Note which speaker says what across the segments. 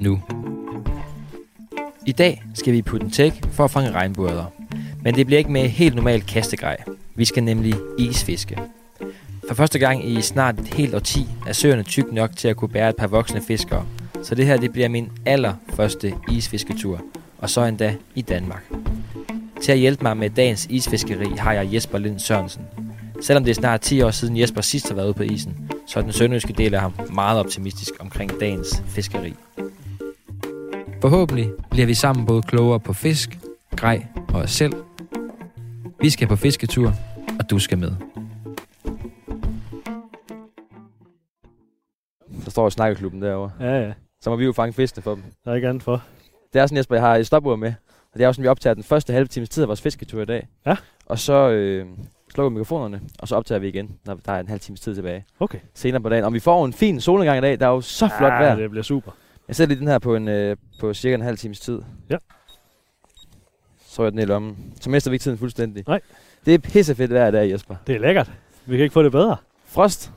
Speaker 1: nu. I dag skal vi i Puttentæk for at fange regnbuerder. Men det bliver ikke med helt normalt kastegrej. Vi skal nemlig isfiske. For første gang i snart et helt årti er søerne tyk nok til at kunne bære et par voksne fiskere. Så det her det bliver min allerførste isfisketur, og så endda i Danmark. Til at hjælpe mig med dagens isfiskeri har jeg Jesper Lind Sørensen. Selvom det er snart 10 år siden Jesper sidst har været ude på isen, så er den sønderjyske del af ham meget optimistisk omkring dagens fiskeri. Forhåbentlig bliver vi sammen både klogere på fisk, grej og os selv. Vi skal på fisketur, og du skal med. Så står snakkeklubben derovre.
Speaker 2: Ja, ja.
Speaker 1: Så må vi jo fange fiskene for dem.
Speaker 2: Der er ikke andet for.
Speaker 1: Det er sådan, Jesper, jeg har et stopur med. Og det er jo sådan, vi optager den første halve times tid af vores fisketur i dag.
Speaker 2: Ja.
Speaker 1: Og så øh, slukker vi mikrofonerne, og så optager vi igen, når der er en halv times tid tilbage.
Speaker 2: Okay.
Speaker 1: Senere på dagen. Om vi får en fin solnedgang i dag, der er jo så Ah, flot vejr.
Speaker 2: det bliver super.
Speaker 1: Jeg sætter lige den her på, en, øh, på cirka en halv times tid.
Speaker 2: Ja.
Speaker 1: Så er den i lommen. Så mister vi ikke tiden fuldstændig.
Speaker 2: Nej.
Speaker 1: Det er pissefedt vejr i dag, Jesper.
Speaker 2: Det er lækkert. Vi kan ikke få det bedre.
Speaker 1: Frost.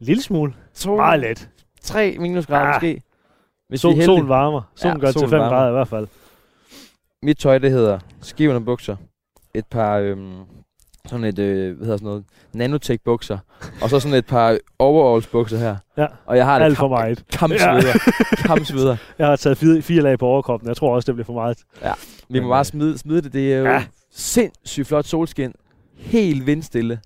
Speaker 2: En lille smule.
Speaker 1: To,
Speaker 2: Meget let.
Speaker 1: 3 minusgrader
Speaker 2: Ah.
Speaker 1: måske. Hvis
Speaker 2: Sol,
Speaker 1: vi er heldige.
Speaker 2: solen varmer. Solen
Speaker 1: Ja,
Speaker 2: ja, går til
Speaker 1: solen
Speaker 2: 5
Speaker 1: varmer.
Speaker 2: grader i hvert fald.
Speaker 1: Mit tøj, det hedder skivende bukser. Et par, øhm, sådan et, øh, hvad hedder sådan noget, nanotech bukser. og så sådan et par overalls bukser her.
Speaker 2: Ja.
Speaker 1: Og jeg har
Speaker 2: Alt
Speaker 1: det
Speaker 2: for meget.
Speaker 1: kampsveder. kampsveder.
Speaker 2: Jeg har taget fire, fire lag på overkroppen. Jeg tror også, det bliver for meget.
Speaker 1: Vi må
Speaker 2: Men,
Speaker 1: bare
Speaker 2: øh,
Speaker 1: smide, smide det. Det er jo ja.
Speaker 2: ja.
Speaker 1: sindssygt flot solskin. Helt vindstille.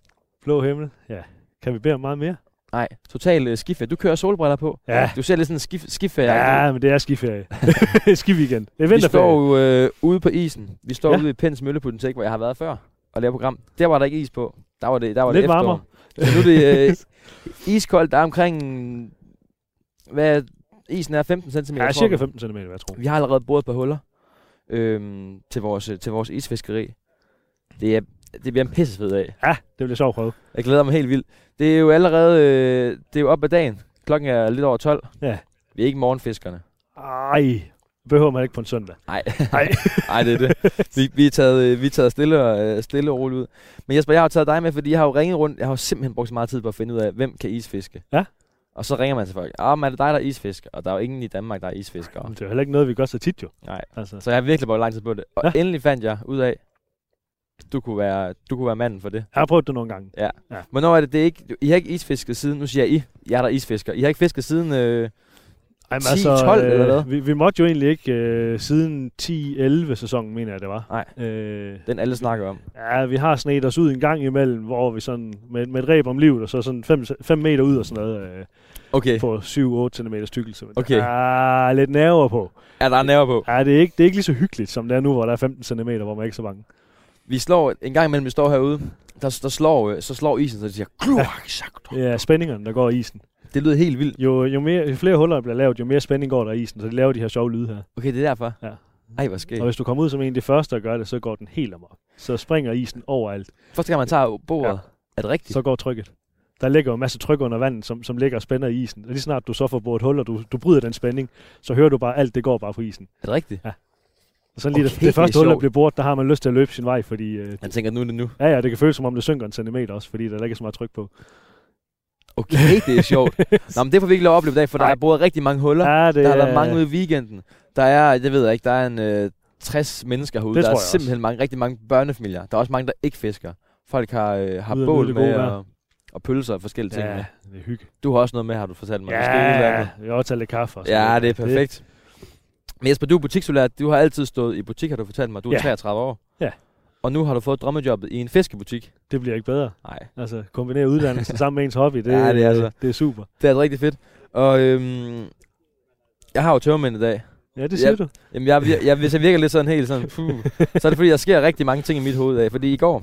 Speaker 2: Blå himmel. Ja. Kan vi bede om meget mere?
Speaker 1: Nej, total øh, skiferie. Du kører solbriller på.
Speaker 2: Ja.
Speaker 1: Du ser lidt sådan en skif skiferie.
Speaker 2: Ja, men det er skiferie. Skiweekend. Det er
Speaker 1: vi står
Speaker 2: vinterferie.
Speaker 1: jo øh, ude på isen. Vi står ja.
Speaker 2: Ja.
Speaker 1: ude i Pens Mølle på den tæk, hvor jeg har været før og laver program. Der var der ikke is på. Der var det, der var
Speaker 2: Lidt
Speaker 1: det efterår.
Speaker 2: varmere.
Speaker 1: Så nu er det øh, iskoldt. Der er omkring... Hvad er- isen er 15 cm.
Speaker 2: Ja, cirka 15 cm, vil jeg tror.
Speaker 1: Vi har allerede boret et par huller øhm, til, vores, øh, til vores isfiskeri. Det, er, det bliver en pissefed af.
Speaker 2: Ja, det bliver sjovt at prøve.
Speaker 1: Jeg glæder mig helt vildt. Det er jo allerede øh, det er jo op ad dagen. Klokken er lidt over 12.
Speaker 2: Ja.
Speaker 1: Vi er ikke morgenfiskerne.
Speaker 2: Ej, det behøver man ikke på en søndag.
Speaker 1: Nej.
Speaker 2: Nej.
Speaker 1: Nej, det er det. Vi, vi, er taget, øh, vi er taget stille og, øh, stille og roligt ud. Men Jesper, jeg har jo taget dig med, fordi jeg har jo ringet rundt. Jeg har jo simpelthen brugt så meget tid på at finde ud af, hvem kan isfiske.
Speaker 2: Ja.
Speaker 1: Og så ringer man til folk. Ah, men er det dig, der er isfisker? Og der er jo ingen i Danmark, der er isfiskere.
Speaker 2: Men det er jo heller ikke noget, vi gør så tit jo.
Speaker 1: Nej.
Speaker 2: Altså,
Speaker 1: Så jeg har virkelig brugt lang tid på det. Og ja.
Speaker 2: Ja.
Speaker 1: endelig fandt jeg ud af, du kunne være, du kunne være manden for det.
Speaker 2: jeg har prøvet det nogle gange.
Speaker 1: Hvornår er det, det er ikke, I har ikke isfisket siden, nu siger jeg I, jeg er der er isfisker. I har ikke fisket siden, øh,
Speaker 2: Jamen,
Speaker 1: 10, 12 eller hvad?
Speaker 2: altså, øh, Vi, vi måtte jo egentlig ikke øh, siden 10-11 sæsonen, mener jeg det var.
Speaker 1: Nej.
Speaker 2: Øh,
Speaker 1: den alle snakker om.
Speaker 2: ja, vi har sneet os ud en gang imellem, hvor vi sådan med, med et ræb om livet, og så sådan 5 meter ud og sådan noget, øh,
Speaker 1: Okay,
Speaker 2: på 7-8 cm tykkelse. Men
Speaker 1: Okay.
Speaker 2: Der er lidt nerver på.
Speaker 1: er der nerver på?
Speaker 2: Ja, det, er ikke, det er ikke lige så hyggeligt, som det er nu, hvor der er 15 cm, hvor man er ikke så bange.
Speaker 1: Vi slår, en gang imellem vi står herude, der, der slår, øh, så slår isen, så det siger, "Kluak, sak, du."
Speaker 2: Ja, spændingerne, der går i isen.
Speaker 1: det lyder helt vildt.
Speaker 2: Jo, jo, mere, jo flere huller, der bliver lavet, jo mere spænding går der i isen, så de laver de her sjove lyde her.
Speaker 1: Okay, det er derfor.
Speaker 2: Ja.
Speaker 1: Ej, hvor
Speaker 2: Og
Speaker 1: skægt.
Speaker 2: hvis du kommer ud som en af de første, der gør det, så går den helt amok. Så springer isen overalt.
Speaker 1: Første gang man tager bordet, er det rigtigt?
Speaker 2: så går trykket. Der ligger jo en masse tryk under vandet, som, som ligger og spænder i isen. Og lige snart du så får boret hul, og du, du bryder den spænding, så hører du bare, alt det går bare på isen.
Speaker 1: Er det rigtigt?
Speaker 2: Og sådan lige
Speaker 1: Okay,
Speaker 2: det, det
Speaker 1: det er
Speaker 2: første hul, der
Speaker 1: sjovt.
Speaker 2: bliver boret, der har man lyst til at løbe sin vej, fordi øh,
Speaker 1: Man tænker, nu er det nu.
Speaker 2: ja, ja, det kan føles som om, det synker en centimeter også, fordi der ikke er så meget tryk på.
Speaker 1: Okay, det er sjovt. Nå, men det får vi ikke lov at opleve i dag, for der
Speaker 2: Nej.
Speaker 1: er boret rigtig mange huller.
Speaker 2: Ja, det,
Speaker 1: Der har
Speaker 2: er-
Speaker 1: været mange ude i weekenden. Der er, det ved jeg ikke, der er en øh, 60 mennesker herude.
Speaker 2: Det
Speaker 1: der er
Speaker 2: tror jeg også.
Speaker 1: simpelthen mange, rigtig mange børnefamilier. Der er også mange, der ikke fisker. Folk har, øh, har
Speaker 2: Nyder-
Speaker 1: bål
Speaker 2: nyder det
Speaker 1: med
Speaker 2: gode vejr.
Speaker 1: og, og pølser og forskellige ting. med.
Speaker 2: Ja, det er hygge.
Speaker 1: Du har også noget med, har du fortalt mig. Måske et eller andet.
Speaker 2: Ja, jeg har også taget lidt kaffe. og sådan
Speaker 1: ja
Speaker 2: noget.
Speaker 1: det er perfekt. Men Jesper, du er butiksolær. Du har altid stået i butik, har du fortalt mig. Du er
Speaker 2: Ja.
Speaker 1: 33 år.
Speaker 2: Ja.
Speaker 1: Og nu har du fået drømmejobbet i en fiskebutik.
Speaker 2: Det, det bliver ikke bedre.
Speaker 1: Nej,
Speaker 2: Altså, kombinere uddannelsen sammen med ens hobby, det,
Speaker 1: Ja, det er så.
Speaker 2: det er super.
Speaker 1: det er altså rigtig fedt. Og øhm, jeg har jo tørmænd i dag.
Speaker 2: Ja, det siger
Speaker 1: Ja.
Speaker 2: du.
Speaker 1: Jamen, jeg, vir- jeg, hvis jeg virker lidt sådan helt sådan, puh, så er det fordi, der sker rigtig mange ting i mit hoved af. Fordi i går,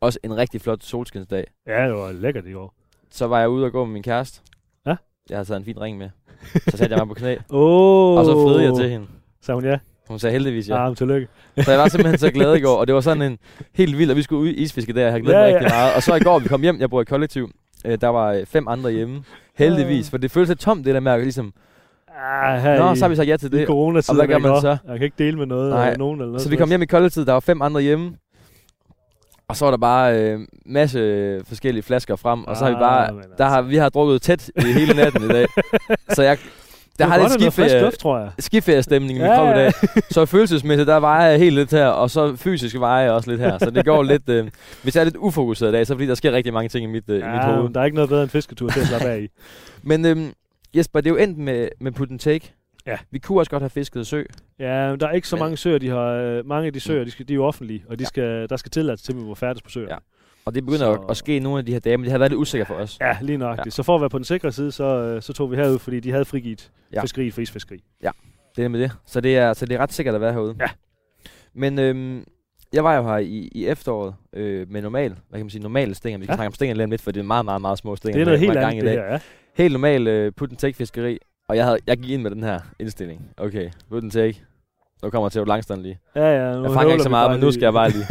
Speaker 1: også en rigtig flot solskinsdag,
Speaker 2: Ja, det var lækkert i går.
Speaker 1: så var jeg ude og gå med min kæreste.
Speaker 2: Ja.
Speaker 1: Jeg har taget en fin ring med. Så satte jeg mig på knæ,
Speaker 2: Oh.
Speaker 1: og så fødte jeg til hende.
Speaker 2: Sagde hun ja?
Speaker 1: Hun sagde heldigvis ja.
Speaker 2: Ja, ah, tillykke.
Speaker 1: Så jeg var simpelthen så glad i går, og det var sådan en helt vild, og vi skulle ud i isfiske der, jeg havde glædet
Speaker 2: Ja,
Speaker 1: mig
Speaker 2: ja.
Speaker 1: rigtig meget. Og så i går, vi kom hjem, jeg bor i kollektiv, øh, der var øh, fem andre hjemme, heldigvis, for det føltes lidt tomt det der med at ligesom,
Speaker 2: Ah, her
Speaker 1: nå,
Speaker 2: i,
Speaker 1: så har vi sagt ja til
Speaker 2: i
Speaker 1: det.
Speaker 2: coronatiden,
Speaker 1: og hvad gør
Speaker 2: ikke
Speaker 1: man
Speaker 2: også?
Speaker 1: så?
Speaker 2: Jeg kan ikke dele med noget
Speaker 1: Nej,
Speaker 2: af nogen eller noget.
Speaker 1: Så vi kom hjem i kollektiv, der var fem andre hjemme, og så var der bare øh, masse forskellige flasker frem, og så
Speaker 2: Ah,
Speaker 1: har vi bare, der
Speaker 2: altså.
Speaker 1: har, vi har drukket tæt i hele natten i dag. Så jeg, der har lidt øh,
Speaker 2: skiferie.
Speaker 1: skiferie,
Speaker 2: Luft, tror jeg.
Speaker 1: skiferie-stemning i min
Speaker 2: Ja,
Speaker 1: krop i
Speaker 2: ja.
Speaker 1: dag. Så følelsesmæssigt, der vejer jeg helt lidt her, og så fysisk vejer jeg også lidt her. Så det går lidt... Øh, hvis jeg er lidt ufokuseret i dag, så er det fordi, der sker rigtig mange ting i mit, øh, i mit
Speaker 2: Ja,
Speaker 1: hoved.
Speaker 2: men der er ikke noget bedre end fisketur til at slappe af i.
Speaker 1: Men øh, Jesper, det er jo endt med, med put and take.
Speaker 2: Ja.
Speaker 1: Vi kunne også godt have fisket sø.
Speaker 2: Ja, men der er ikke så
Speaker 1: Men-
Speaker 2: mange søer, de har... øh, Mange af de søer, de, skal, de er jo offentlige, og de skal, der skal tilladelse til, at vi må færdes på søer.
Speaker 1: Ja. Og det begynder
Speaker 2: Så-
Speaker 1: så... at ske nogle af de her dage, men det har været lidt usikker for os.
Speaker 2: Ja, lige nøjagtigt. Ja. Så for at være på den sikre side, så, øh, så tog vi herud, fordi de havde frigivet ja.
Speaker 1: Ja.
Speaker 2: fiskeriet for isfiskeri.
Speaker 1: Det er med det. Så det er, så det er ret sikkert at være herude.
Speaker 2: Ja.
Speaker 1: Men øhm, jeg var jo her i, i efteråret øh, med normal, hvad kan man sige, normale stænger. Vi kan
Speaker 2: Ja.
Speaker 1: ja. snakke om stænger lidt om lidt, for det er meget, meget, meget små stænger.
Speaker 2: Det er
Speaker 1: der
Speaker 2: noget helt
Speaker 1: var i gang
Speaker 2: andet,
Speaker 1: i
Speaker 2: det
Speaker 1: dag.
Speaker 2: her, ja.
Speaker 1: Helt normal øh, put and take fiskeri, og jeg, havde, jeg gik ind med den her indstilling. Okay, put and take. Nu kommer jeg til at langstand lige.
Speaker 2: Ja, ja. nu
Speaker 1: Jeg fanger
Speaker 2: høvler
Speaker 1: ikke så
Speaker 2: vi
Speaker 1: meget,
Speaker 2: bare
Speaker 1: men nu
Speaker 2: lige.
Speaker 1: skal jeg bare lige.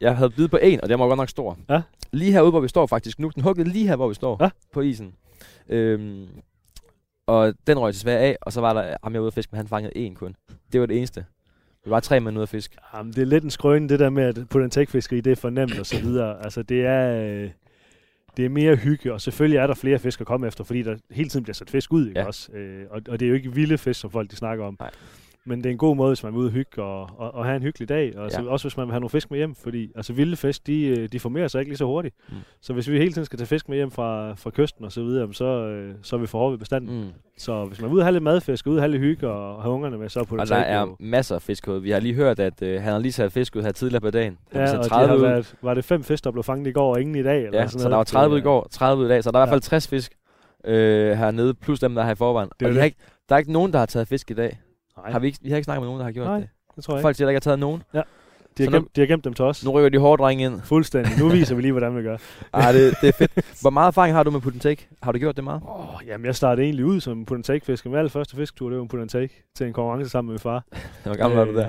Speaker 1: Jeg havde bidt på en, og den var godt nok stor.
Speaker 2: Ja.
Speaker 1: Lige herude, hvor vi står faktisk nu. Den huggede lige her, hvor vi står.
Speaker 2: Ja.
Speaker 1: På isen. Øhm, og den røg desværre af, og så var der ham, jeg var ude at fiske, men han fangede en kun. Det var det eneste. Vi var tre mænd ude at fiske.
Speaker 2: Jamen, det er lidt en skrøne, det der med, at på den fiskeri det er for nemt og så videre. Altså, det er, øh, det er mere hygge, og selvfølgelig er der flere fisk at komme efter, fordi der hele tiden bliver sat fisk ud, ikke
Speaker 1: Ja.
Speaker 2: også? Øh, og, og det er jo ikke vilde fisk, som folk de snakker om.
Speaker 1: Nej.
Speaker 2: Men det er en god måde, hvis man er ude og hygge og, og, og have en hyggelig dag. Og ja.
Speaker 1: Ja.
Speaker 2: også hvis man vil have nogle fisk med hjem, fordi altså, vilde fisk, de, øh, de formerer sig ikke lige så hurtigt. Mm.
Speaker 1: Mm.
Speaker 2: Så hvis vi hele tiden skal tage fisk med hjem fra, fra kysten og så videre, jamen, så, øh, så er vi for hårde ved bestanden. Mm.
Speaker 1: Mm.
Speaker 2: Så hvis man er ude og have lidt madfisk, ude og have lidt hygge og have ungerne med, så er på
Speaker 1: Og
Speaker 2: det
Speaker 1: der er masser af fisk herude. Vi har lige hørt, at øh, han har lige sat fisk ud her tidligere på dagen. Der blev
Speaker 2: Ja,
Speaker 1: sat
Speaker 2: og de
Speaker 1: 30
Speaker 2: har
Speaker 1: ud.
Speaker 2: været, var det fem fisk, der blev fanget i går, og ingen i dag? Eller
Speaker 1: Ja,
Speaker 2: sådan
Speaker 1: så der var
Speaker 2: noget?
Speaker 1: 30 i
Speaker 2: Det-
Speaker 1: går, 30 i dag, så der er i hvert
Speaker 2: Ja.
Speaker 1: fald 60 fisk øh, hernede, plus dem, der er her i forvejen.
Speaker 2: er
Speaker 1: og
Speaker 2: det.
Speaker 1: de har ikke, der er ikke nogen, der har taget fisk i dag.
Speaker 2: Nej,
Speaker 1: Har vi, ikke, vi har ikke snakket med nogen, der har gjort
Speaker 2: Nej,
Speaker 1: det.
Speaker 2: det tror jeg ikke.
Speaker 1: Folk siger, der ikke har taget nogen.
Speaker 2: De har,
Speaker 1: så nu-
Speaker 2: gemt, de har gemt dem til os.
Speaker 1: Nu rykker de hårde drenge ind.
Speaker 2: Fuldstændig. Nu viser vi lige, hvordan vi gør.
Speaker 1: Ej, det, det er fedt. Hvor meget erfaring har du med put and take? Har du gjort det meget?
Speaker 2: Oh, jamen, jeg startede egentlig ud som put and take fisker. Min allerførste fisketur, det var en put and take til en konkurrence sammen med min far.
Speaker 1: Hvor gammel var du der?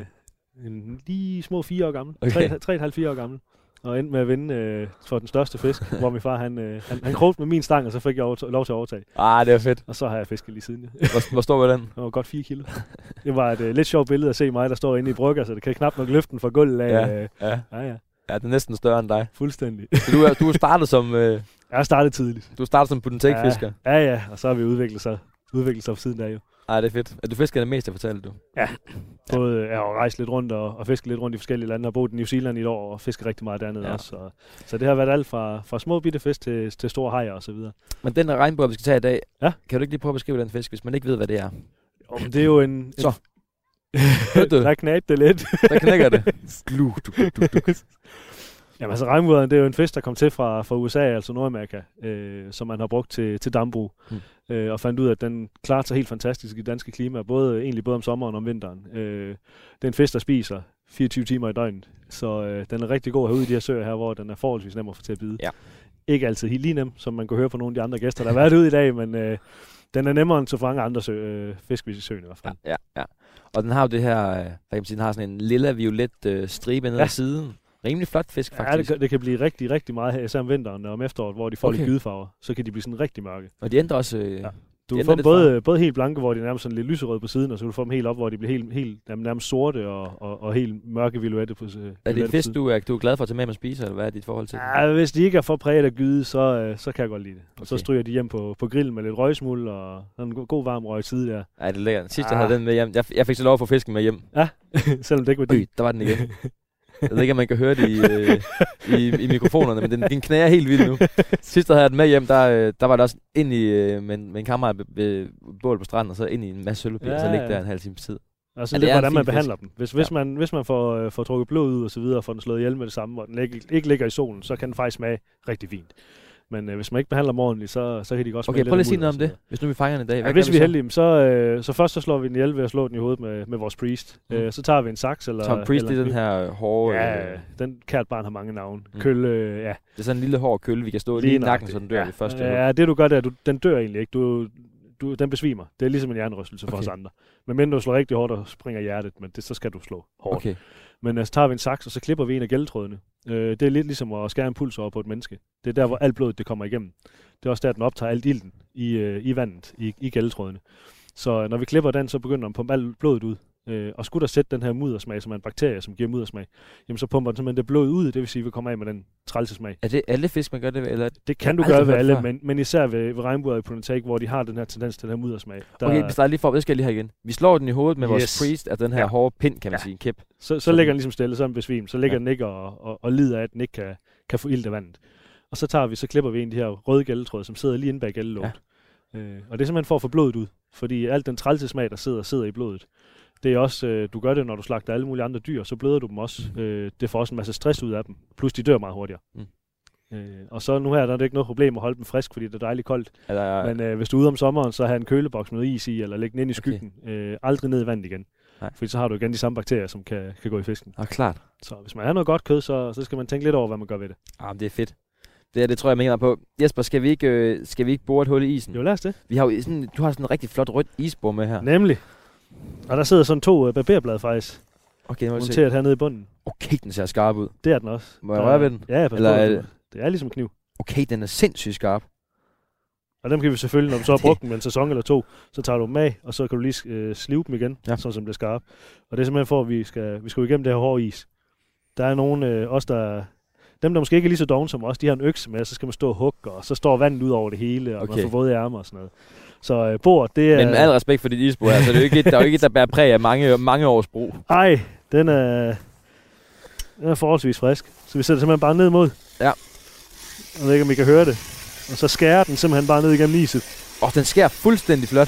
Speaker 2: Øh, en, lige små fire år gammel.
Speaker 1: Okay.
Speaker 2: Okay. Tre, 3,5-4 år gammel. Og endte med at vinde øh, for den største fisk, hvor min far han, øh, han, han krogte med min stang, og så fik jeg over, lov til at overtage.
Speaker 1: Ah, det er fedt.
Speaker 2: Og så har jeg fisket lige siden. Ja.
Speaker 1: Hvor, hvor stor var den?
Speaker 2: Det var godt 4 kilo. Det var et øh, lidt sjovt billede at se mig, der står inde i brygger, så det kan knap nok løfte den fra gulvet af.
Speaker 1: Ja.
Speaker 2: Øh,
Speaker 1: Ja.
Speaker 2: ja, ja.
Speaker 1: ja, den er næsten større end dig.
Speaker 2: Fuldstændig.
Speaker 1: Så du er, du er startet som, øh,
Speaker 2: Jeg startede tidligt.
Speaker 1: du er startet som put and take fisker.
Speaker 2: Ja, ja, ja, og så har vi udviklet sig, udviklet sig på siden der jo.
Speaker 1: Ej, det er fedt. Er du fisker det meste, fortalte du?
Speaker 2: Både ja, og rejst lidt rundt og, og fisket lidt rundt i forskellige lande, og boet i New Zealand i et år og fisket rigtig meget dernede ja.
Speaker 1: Ja.
Speaker 2: også. Og, så det har været alt fra, fra små bitte fisk til, til store hajer og så videre.
Speaker 1: Men den regnbue, vi skal tage i dag,
Speaker 2: Ja.
Speaker 1: kan du ikke lige prøve at beskrive den fisk, hvis man ikke ved, hvad det er?
Speaker 2: Jo, men det er jo en... en
Speaker 1: Så. Hørte du?
Speaker 2: der knæbte det lidt.
Speaker 1: Der knækker det. Glu, du, du, du, du.
Speaker 2: Jamen altså regnbudderen, det er jo en fisk, der kom til fra, fra USA, altså Nordamerika, øh, som man har brugt til, til dambrug. Mm. Øh, og fandt ud af, at den klarer sig helt fantastisk i det danske klima, både, egentlig både om sommeren og om vinteren. Øh, det er en fisk, der spiser 24 timer i døgnet, så øh, den er rigtig god herude i de her søer her, hvor den er forholdsvis nem at få til at bide.
Speaker 1: Ja.
Speaker 2: Ikke altid helt lige nem, som man kunne høre på nogle af de andre gæster, der har været ude i dag, men øh, den er nemmere end så mange andre sø, øh, fisk, hvis i søen i hvert fald.
Speaker 1: Ja, ja. Og den har jo det her, øh, hvad kan man sige, den har sådan en lilla-violet øh, stribe ned
Speaker 2: Ja.
Speaker 1: ad siden. Rimelig flot fisk,
Speaker 2: Ja, det,
Speaker 1: faktisk. Ja,
Speaker 2: kan- det kan blive rigtig, rigtig meget her, især om vinteren og om efteråret, hvor de får okay. lidt
Speaker 1: Okay.
Speaker 2: gydefarver, så kan de blive sådan rigtig mørke.
Speaker 1: Og de ændrer også... Øh,
Speaker 2: Ja.
Speaker 1: ja.
Speaker 2: Du kan
Speaker 1: Det
Speaker 2: få
Speaker 1: ændrer
Speaker 2: dem
Speaker 1: lidt
Speaker 2: både, både helt blanke, hvor de er nærmest sådan lidt lyserøde på siden, og så kan du få dem helt op, hvor de bliver helt, helt jamen, nærmest sorte og, og, og helt mørke violette på siden.
Speaker 1: Er det en fisk, du er, du er glad for at tage med, at man spiser, eller hvad er dit forhold til den?
Speaker 2: Ja, hvis de ikke er for præget af gyde, så, øh, så kan jeg godt lide det. Okay. Så
Speaker 1: Okay.
Speaker 2: stryger de hjem på, på grillen med lidt røgsmuld og sådan en go- god varm røg side der.
Speaker 1: Ej, det er lækkert. Sidst,
Speaker 2: Ah.
Speaker 1: jeg havde den med hjem, jeg, jeg fik så lov at få fisken med hjem.
Speaker 2: Selvom det ikke var
Speaker 1: Øj,
Speaker 2: det.
Speaker 1: der var den igen. Jeg ved ikke, om man kan høre det i, øh, i, i mikrofonerne, men den, den knager helt vildt nu. Sidst, der havde jeg den med hjem, der, øh, der var det også ind i, øh, med, en- med en kammerat ved, ved bål på stranden, og så ind i en masse sølvpil, ja, og så
Speaker 2: Ja,
Speaker 1: ligge
Speaker 2: ja.
Speaker 1: der en halv times tid.
Speaker 2: Og så
Speaker 1: Ja,
Speaker 2: lidt,
Speaker 1: det er en
Speaker 2: Altså, hvordan man
Speaker 1: fin fisk.
Speaker 2: behandler dem. Hvis, hvis, man, hvis man får, øh, får trukket blod ud og så videre, og får den slået ihjel med det samme, og den ikke, ikke ligger i solen, så kan den faktisk smage rigtig fint. Men øh, hvis man ikke behandler dem ordentligt, så, så kan de godt smage
Speaker 1: Okay,
Speaker 2: lidt
Speaker 1: prøv
Speaker 2: af
Speaker 1: lige at sige
Speaker 2: muld
Speaker 1: noget
Speaker 2: og
Speaker 1: om
Speaker 2: så
Speaker 1: det, hvis nu vi fanger den i dag.
Speaker 2: Ja,
Speaker 1: Hvad
Speaker 2: hvis
Speaker 1: gør
Speaker 2: vi
Speaker 1: så?
Speaker 2: er heldige, så, øh, så først så slår vi den ihjel ved at slå den i hovedet med, med vores priest.
Speaker 1: Mm.
Speaker 2: Mm. Øh, så tager vi en saks. Eller,
Speaker 1: Tom Priest, det
Speaker 2: eller
Speaker 1: er den her øh, hårde...
Speaker 2: Ja,
Speaker 1: øh,
Speaker 2: øh, den kært barn har mange navne. Mm.
Speaker 1: Mm.
Speaker 2: Køl, øh, ja.
Speaker 1: Det er sådan en lille hård kølle, vi kan stå lige,
Speaker 2: Lige
Speaker 1: i nakken,
Speaker 2: nøjagtigt,
Speaker 1: så den dør ja. ved første hug.
Speaker 2: ja, det du gør, det er, at du, den dør egentlig ikke. Du, du, den besvimer. Det er ligesom en hjernerystelse for
Speaker 1: Okay.
Speaker 2: os andre. Men mindre du slår rigtig hårdt og springer hjertet, men det, så skal du slå hårdt.
Speaker 1: Okay.
Speaker 2: Men altså, tager vi en saks, og så klipper vi en af gældtrådene. Øh, det er lidt ligesom at skære en puls over på et menneske. Det er der, hvor
Speaker 1: Mm.
Speaker 2: alt blodet det kommer igennem. Det er også der, den optager alt ilten i, øh, i vandet, i, i gældtrådene. Så øh, når vi klipper den, så begynder den at pumpe alt blodet ud. Øh, og skulle der sætte den her muddersmag, som er en bakterie, som giver muddersmag, jamen så pumper den simpelthen det blod ud, det vil sige, at vi kommer af med den trælsesmag.
Speaker 1: Er det alle fisk, man gør det ved? Eller?
Speaker 2: Det kan du
Speaker 1: Aldrig
Speaker 2: gøre ved
Speaker 1: hørt
Speaker 2: alle,
Speaker 1: før.
Speaker 2: men, men især ved, ved regnbuer og Pronatake, hvor de har den her tendens til den her muddersmag. Der,
Speaker 1: Okay, hvis der er lige for, det skal jeg lige have igen. Vi slår den i hovedet med yes. vores
Speaker 2: Yes.
Speaker 1: priest, altså den her
Speaker 2: Ja.
Speaker 1: hårde pind, kan man
Speaker 2: Ja.
Speaker 1: sige, en kæp.
Speaker 2: Så, så
Speaker 1: Sådan.
Speaker 2: ligger den ligesom stille, så er den besvimt. Så ligger
Speaker 1: Ja.
Speaker 2: ja. den ikke og, og, og lider af, at den ikke kan, kan få ild af vandet. Og så tager vi, så klipper vi en af de her røde gældetråd, som sidder lige inde bag gældelåget. Ja. Øh, og det er simpelthen for at få blodet ud. Fordi alt den trælsesmag, der sidder, sidder i blodet. Det er også, øh, du gør det, når du slagter alle mulige andre dyr, så bløder du dem også. Mm. Øh, det får også en masse stress ud af dem. Plus de dør meget hurtigere.
Speaker 1: Mm.
Speaker 2: Øh, og så nu her, der er det ikke noget problem at holde dem frisk, fordi det er dejligt koldt.
Speaker 1: Eller,
Speaker 2: Men øh, hvis du er ude om sommeren, så have en køleboks med is i, eller læg den ind i skyggen. Øh, aldrig ned i vandet igen.
Speaker 1: Nej.
Speaker 2: Fordi så har du igen de samme bakterier, som kan, kan gå i fisken.
Speaker 1: ah, klart.
Speaker 2: Så hvis man har noget godt kød, så, så skal man tænke lidt over, hvad man gør ved det.
Speaker 1: Ah, men det er fedt. Det, er, det tror jeg, jeg mener på. Jesper, skal vi ikke, øh, skal vi ikke bore et hul i isen?
Speaker 2: Jo, lad os det.
Speaker 1: Vi har jo sådan, du har sådan en rigtig flot rødt isbord med her.
Speaker 2: Ja. Nemlig. Og der sidder sådan to øh, barberblad faktisk,
Speaker 1: Okay, nu må vi se.
Speaker 2: monteret hernede i bunden.
Speaker 1: okay, den ser skarp ud.
Speaker 2: Det er den også.
Speaker 1: Må jeg
Speaker 2: Der-
Speaker 1: røre ved den?
Speaker 2: Ja, pas
Speaker 1: Eller
Speaker 2: Eller,
Speaker 1: er
Speaker 2: på,
Speaker 1: det-
Speaker 2: det. det er ligesom en kniv.
Speaker 1: Okay, den er sindssygt skarp.
Speaker 2: Og dem kan vi selvfølgelig, når du så har brugt dem en sæson eller to, så tager du dem af, og så kan du lige øh, slive dem igen,
Speaker 1: Ja.
Speaker 2: ja. sådan som det er skarpt. Og det er simpelthen for, at vi skal, vi skal jo igennem det her hårde is. Der er nogen, øh, os der... Dem, der måske ikke er lige så dogne som os, de har en økse med, og så skal man stå og hugge, og så står vandet ud over det hele, og okay.
Speaker 1: Okay.
Speaker 2: man får våde ærmer og sådan noget. Så øh, bord, det er...
Speaker 1: Men med al respekt for dit isbord, altså, det er jo ikke, et- der er jo ikke et, der bærer præg af mange, mange års brug.
Speaker 2: Ej, den er, den er forholdsvis frisk. Så vi sætter simpelthen bare ned mod.
Speaker 1: Ja.
Speaker 2: Jeg ved ikke, om I kan høre det. Og så skærer den simpelthen bare ned igennem iset.
Speaker 1: Åh, oh, den skærer fuldstændig flot.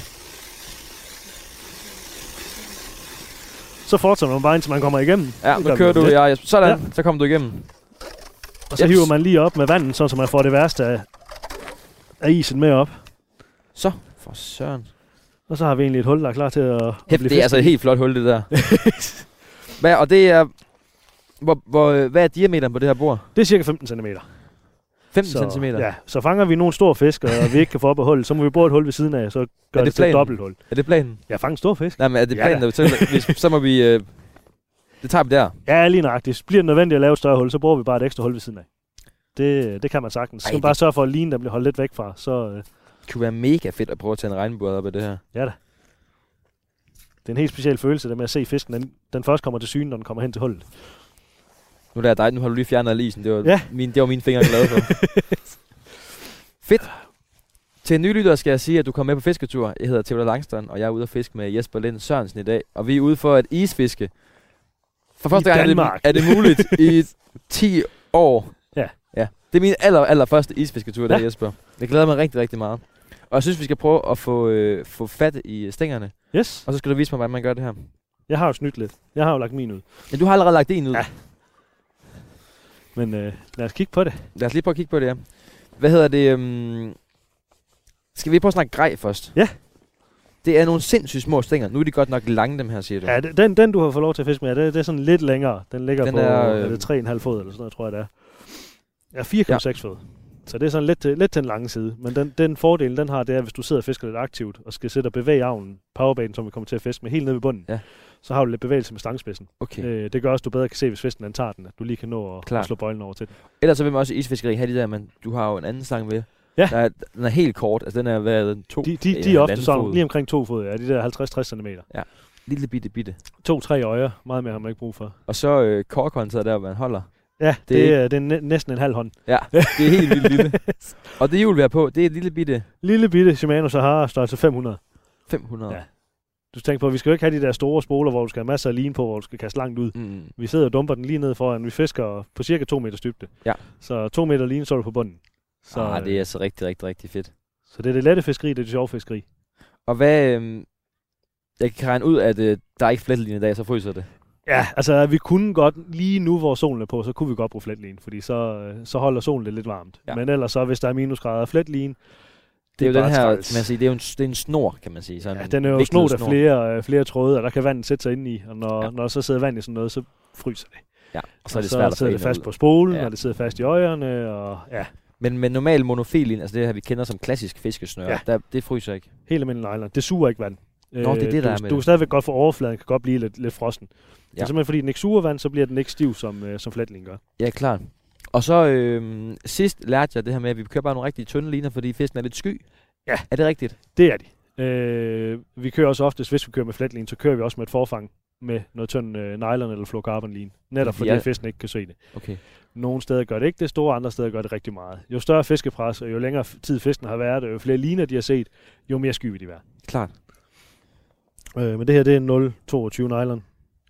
Speaker 2: Så fortsætter man bare, indtil man kommer igennem.
Speaker 1: Ja,
Speaker 2: Det
Speaker 1: nu
Speaker 2: gør vi
Speaker 1: kører
Speaker 2: om
Speaker 1: du,
Speaker 2: lidt.
Speaker 1: ja, Jesper. Sådan, ja.
Speaker 2: Ja.
Speaker 1: så kom du igennem.
Speaker 2: Og så
Speaker 1: Jeps.
Speaker 2: hiver man lige op med vandet, så man får det værste af, af isen med op.
Speaker 1: Så, for søren.
Speaker 2: Og så har vi egentlig et hul, der er klar til at, at
Speaker 1: Hæft, det
Speaker 2: fisket
Speaker 1: er altså
Speaker 2: i.
Speaker 1: et helt flot hul, det der. Hvad, og det er... Hvor, hvor, hvad er diameteren på det her bord?
Speaker 2: Det er cirka 15 cm.
Speaker 1: 15 så, cm?
Speaker 2: Ja, så fanger vi nogle store fisk, og vi ikke kan få op af hullet, så må vi bore et hul ved siden af, så gør
Speaker 1: det
Speaker 2: det, det til
Speaker 1: planen?
Speaker 2: et dobbelthul.
Speaker 1: Er det planen?
Speaker 2: Ja, fang en stor fisk.
Speaker 1: Nej, men er det
Speaker 2: Ja,
Speaker 1: planen,
Speaker 2: da.
Speaker 1: ja, så, hvis, så må vi... Øh, det tager vi der.
Speaker 2: Ja, lige nøjagtigt. Bliver det nødvendigt at lave et større hul, så bruger vi bare et ekstra hul ved siden af. Det, det kan man sagtens.
Speaker 1: Ej,
Speaker 2: Ej, så
Speaker 1: det-
Speaker 2: bare sørge for, at linen der bliver holdt lidt væk fra. Så øh,
Speaker 1: Det kunne være mega fedt at prøve at tage en regnbue op af det her.
Speaker 2: det er en helt speciel følelse, det med at se fisken. Den, den først kommer til syne, når den kommer hen til hullet.
Speaker 1: Nu er det dig, nu har du lige fjernet al isen. Det var, ja.
Speaker 2: Ja.
Speaker 1: min, det var mine fingre glade for. fedt. Til en ny lytter skal jeg sige, at du kom med på fisketur. Jeg hedder Theodor Langstrand, og jeg er ude at fiske med Jesper Lind Sørensen i dag. Og vi er ude for at isfiske. For første gang er det,
Speaker 2: Danmark.
Speaker 1: er det muligt i 10 år.
Speaker 2: Ja.
Speaker 1: ja. Det er min aller, aller første isfisketur i dag,
Speaker 2: Ja.
Speaker 1: Jesper. Jeg glæder mig rigtig, rigtig meget. Og jeg synes, vi skal prøve at få, øh, få fat i stængerne.
Speaker 2: Yes,
Speaker 1: Og så skal du vise mig, hvordan man gør det her.
Speaker 2: jeg har jo snydt lidt. Jeg har jo lagt min ud.
Speaker 1: Men du har allerede lagt en ud. Ja.
Speaker 2: Men øh, lad os kigge på det.
Speaker 1: Lad os lige prøve at kigge på det her. Hvad hedder det? Um... Skal vi prøve at snakke grej først?
Speaker 2: Ja.
Speaker 1: Det er nogle sindssygt små stænger. Nu er de godt nok lange, dem her, siger du.
Speaker 2: Ja, det- den, den du har fået lov til at fiske med, det, det er sådan lidt længere. Den ligger
Speaker 1: Den
Speaker 2: den på
Speaker 1: er,
Speaker 2: er,
Speaker 1: øh,
Speaker 2: øh, det 3,5 fod eller sådan noget, tror jeg det er. Ja, 4,6 ja. fod. Så det er sådan lidt, til- lidt til den lange side. Men den, den fordel, den har, det er, at hvis du sidder og fisker lidt aktivt, og skal sidde og bevæge avlen, powerbaiten, som vi kommer til at fiske med, helt ned ved bunden,
Speaker 1: Ja.
Speaker 2: så har du lidt bevægelse med stangspidsen.
Speaker 1: Okay. Øh.
Speaker 2: Øh, det gør også, at du bedre kan se, hvis fisken den tager den, at du lige kan nå at,
Speaker 1: Klart.
Speaker 2: at slå bøjlen over til den.
Speaker 1: Ellers så vil man også i isfiskeri have de der, men du har jo en anden stang ved.
Speaker 2: Ja.
Speaker 1: Der er, den er helt kort. Altså, den er hvad, er den? to.
Speaker 2: De, de, de er
Speaker 1: eller
Speaker 2: ofte
Speaker 1: halvanden
Speaker 2: sådan
Speaker 1: fod.
Speaker 2: lige omkring to fod, ja, de der 50-60 cm.
Speaker 1: Lille bitte bitte.
Speaker 2: To-tre øjer, meget mere har man ikke brug for.
Speaker 1: Og så øh, korkhåndtaget der, hvor man holder.
Speaker 2: Ja, det,
Speaker 1: Det
Speaker 2: det,
Speaker 1: er
Speaker 2: er, det er næ- næsten en halv hånd.
Speaker 1: Ja, det er helt vildt lille. Og det hjul, vi har på, det er et lille bitte
Speaker 2: Lille bitte Shimano Sahara, størrelse 500.
Speaker 1: 500. Ja.
Speaker 2: Ja. Du skal tænke på, at vi skal jo ikke have de der store spoler, hvor du skal have masser af line på, hvor du skal kaste langt ud.
Speaker 1: Mm.
Speaker 2: Vi sidder og dumper den lige ned foran. Vi fisker på cirka 2 meters dybde.
Speaker 1: Ja.
Speaker 2: Så 2 meter line, så er du på bunden.
Speaker 1: Så
Speaker 2: Så,
Speaker 1: ah, det er
Speaker 2: øh,
Speaker 1: altså rigtig, rigtig, rigtig fedt.
Speaker 2: så det er det lette fiskeri, det er det sjove fiskeri.
Speaker 1: Og hvad... Øhm, jeg kan regne ud, at øh, der er ikke flettelinje i dag, så fryser det.
Speaker 2: Ja, altså vi kunne godt, lige nu hvor solen er på, så kunne vi godt bruge fletline, fordi så, øh, så holder solen det lidt varmt.
Speaker 1: Ja.
Speaker 2: Ja. Men ellers så, hvis der er minusgrader og fletline,
Speaker 1: Det er jo
Speaker 2: bare
Speaker 1: den her, kan man
Speaker 2: træls.
Speaker 1: sige, det er jo en, det er en snor, kan man sige. Sådan
Speaker 2: Ja,
Speaker 1: en
Speaker 2: den er jo
Speaker 1: viklet
Speaker 2: snoet af
Speaker 1: snor.
Speaker 2: flere, øh, flere tråde, og der kan vandet sætte sig ind i, og når,
Speaker 1: Ja.
Speaker 2: ja. når der så sidder vand i sådan noget, så fryser det.
Speaker 1: Ja, og så er det
Speaker 2: og
Speaker 1: svært
Speaker 2: så
Speaker 1: at
Speaker 2: sidder
Speaker 1: få
Speaker 2: det
Speaker 1: en
Speaker 2: fast
Speaker 1: ud.
Speaker 2: på spolen,
Speaker 1: Ja.
Speaker 2: ja. og det sidder fast i øjerne, og ja,
Speaker 1: Men, men normal monofilin, altså det her, vi kender som klassisk fiskesnøre,
Speaker 2: Ja.
Speaker 1: ja. der, det fryser ikke.
Speaker 2: Helt almindelig nylon. Det suger ikke vand.
Speaker 1: Nå, det er det,
Speaker 2: Øh,
Speaker 1: der
Speaker 2: du,
Speaker 1: er med
Speaker 2: du
Speaker 1: det.
Speaker 2: kan stadigvæk godt få overfladen, kan godt blive lidt, lidt frossen. Ja. Det
Speaker 1: Ja.
Speaker 2: er simpelthen fordi, den ikke suger vand, så bliver den ikke stiv, som, øh, som flætningen gør.
Speaker 1: Ja, klart. Og så øh, sidst lærte jeg det her med, at vi kører bare nogle rigtig tynde liner, fordi fisken er lidt sky.
Speaker 2: Ja.
Speaker 1: Er det rigtigt?
Speaker 2: Det er de. Øh, vi kører også oftest, hvis vi kører med flætningen, så kører vi også med et forfang med noget tynd øh, nylon eller fluorocarbonlin. Netop
Speaker 1: Ja,
Speaker 2: fordi
Speaker 1: ja.
Speaker 2: ja. fisken ikke kan se det.
Speaker 1: Okay.
Speaker 2: Nogle steder gør det ikke det store, andre steder gør det rigtig meget. Jo større fiskepres, og jo længere f- tid fisken har været, og jo flere liner de har set, jo mere sky vil de være.
Speaker 1: Klart.
Speaker 2: Øh, men det her, det er 0,22 nylon.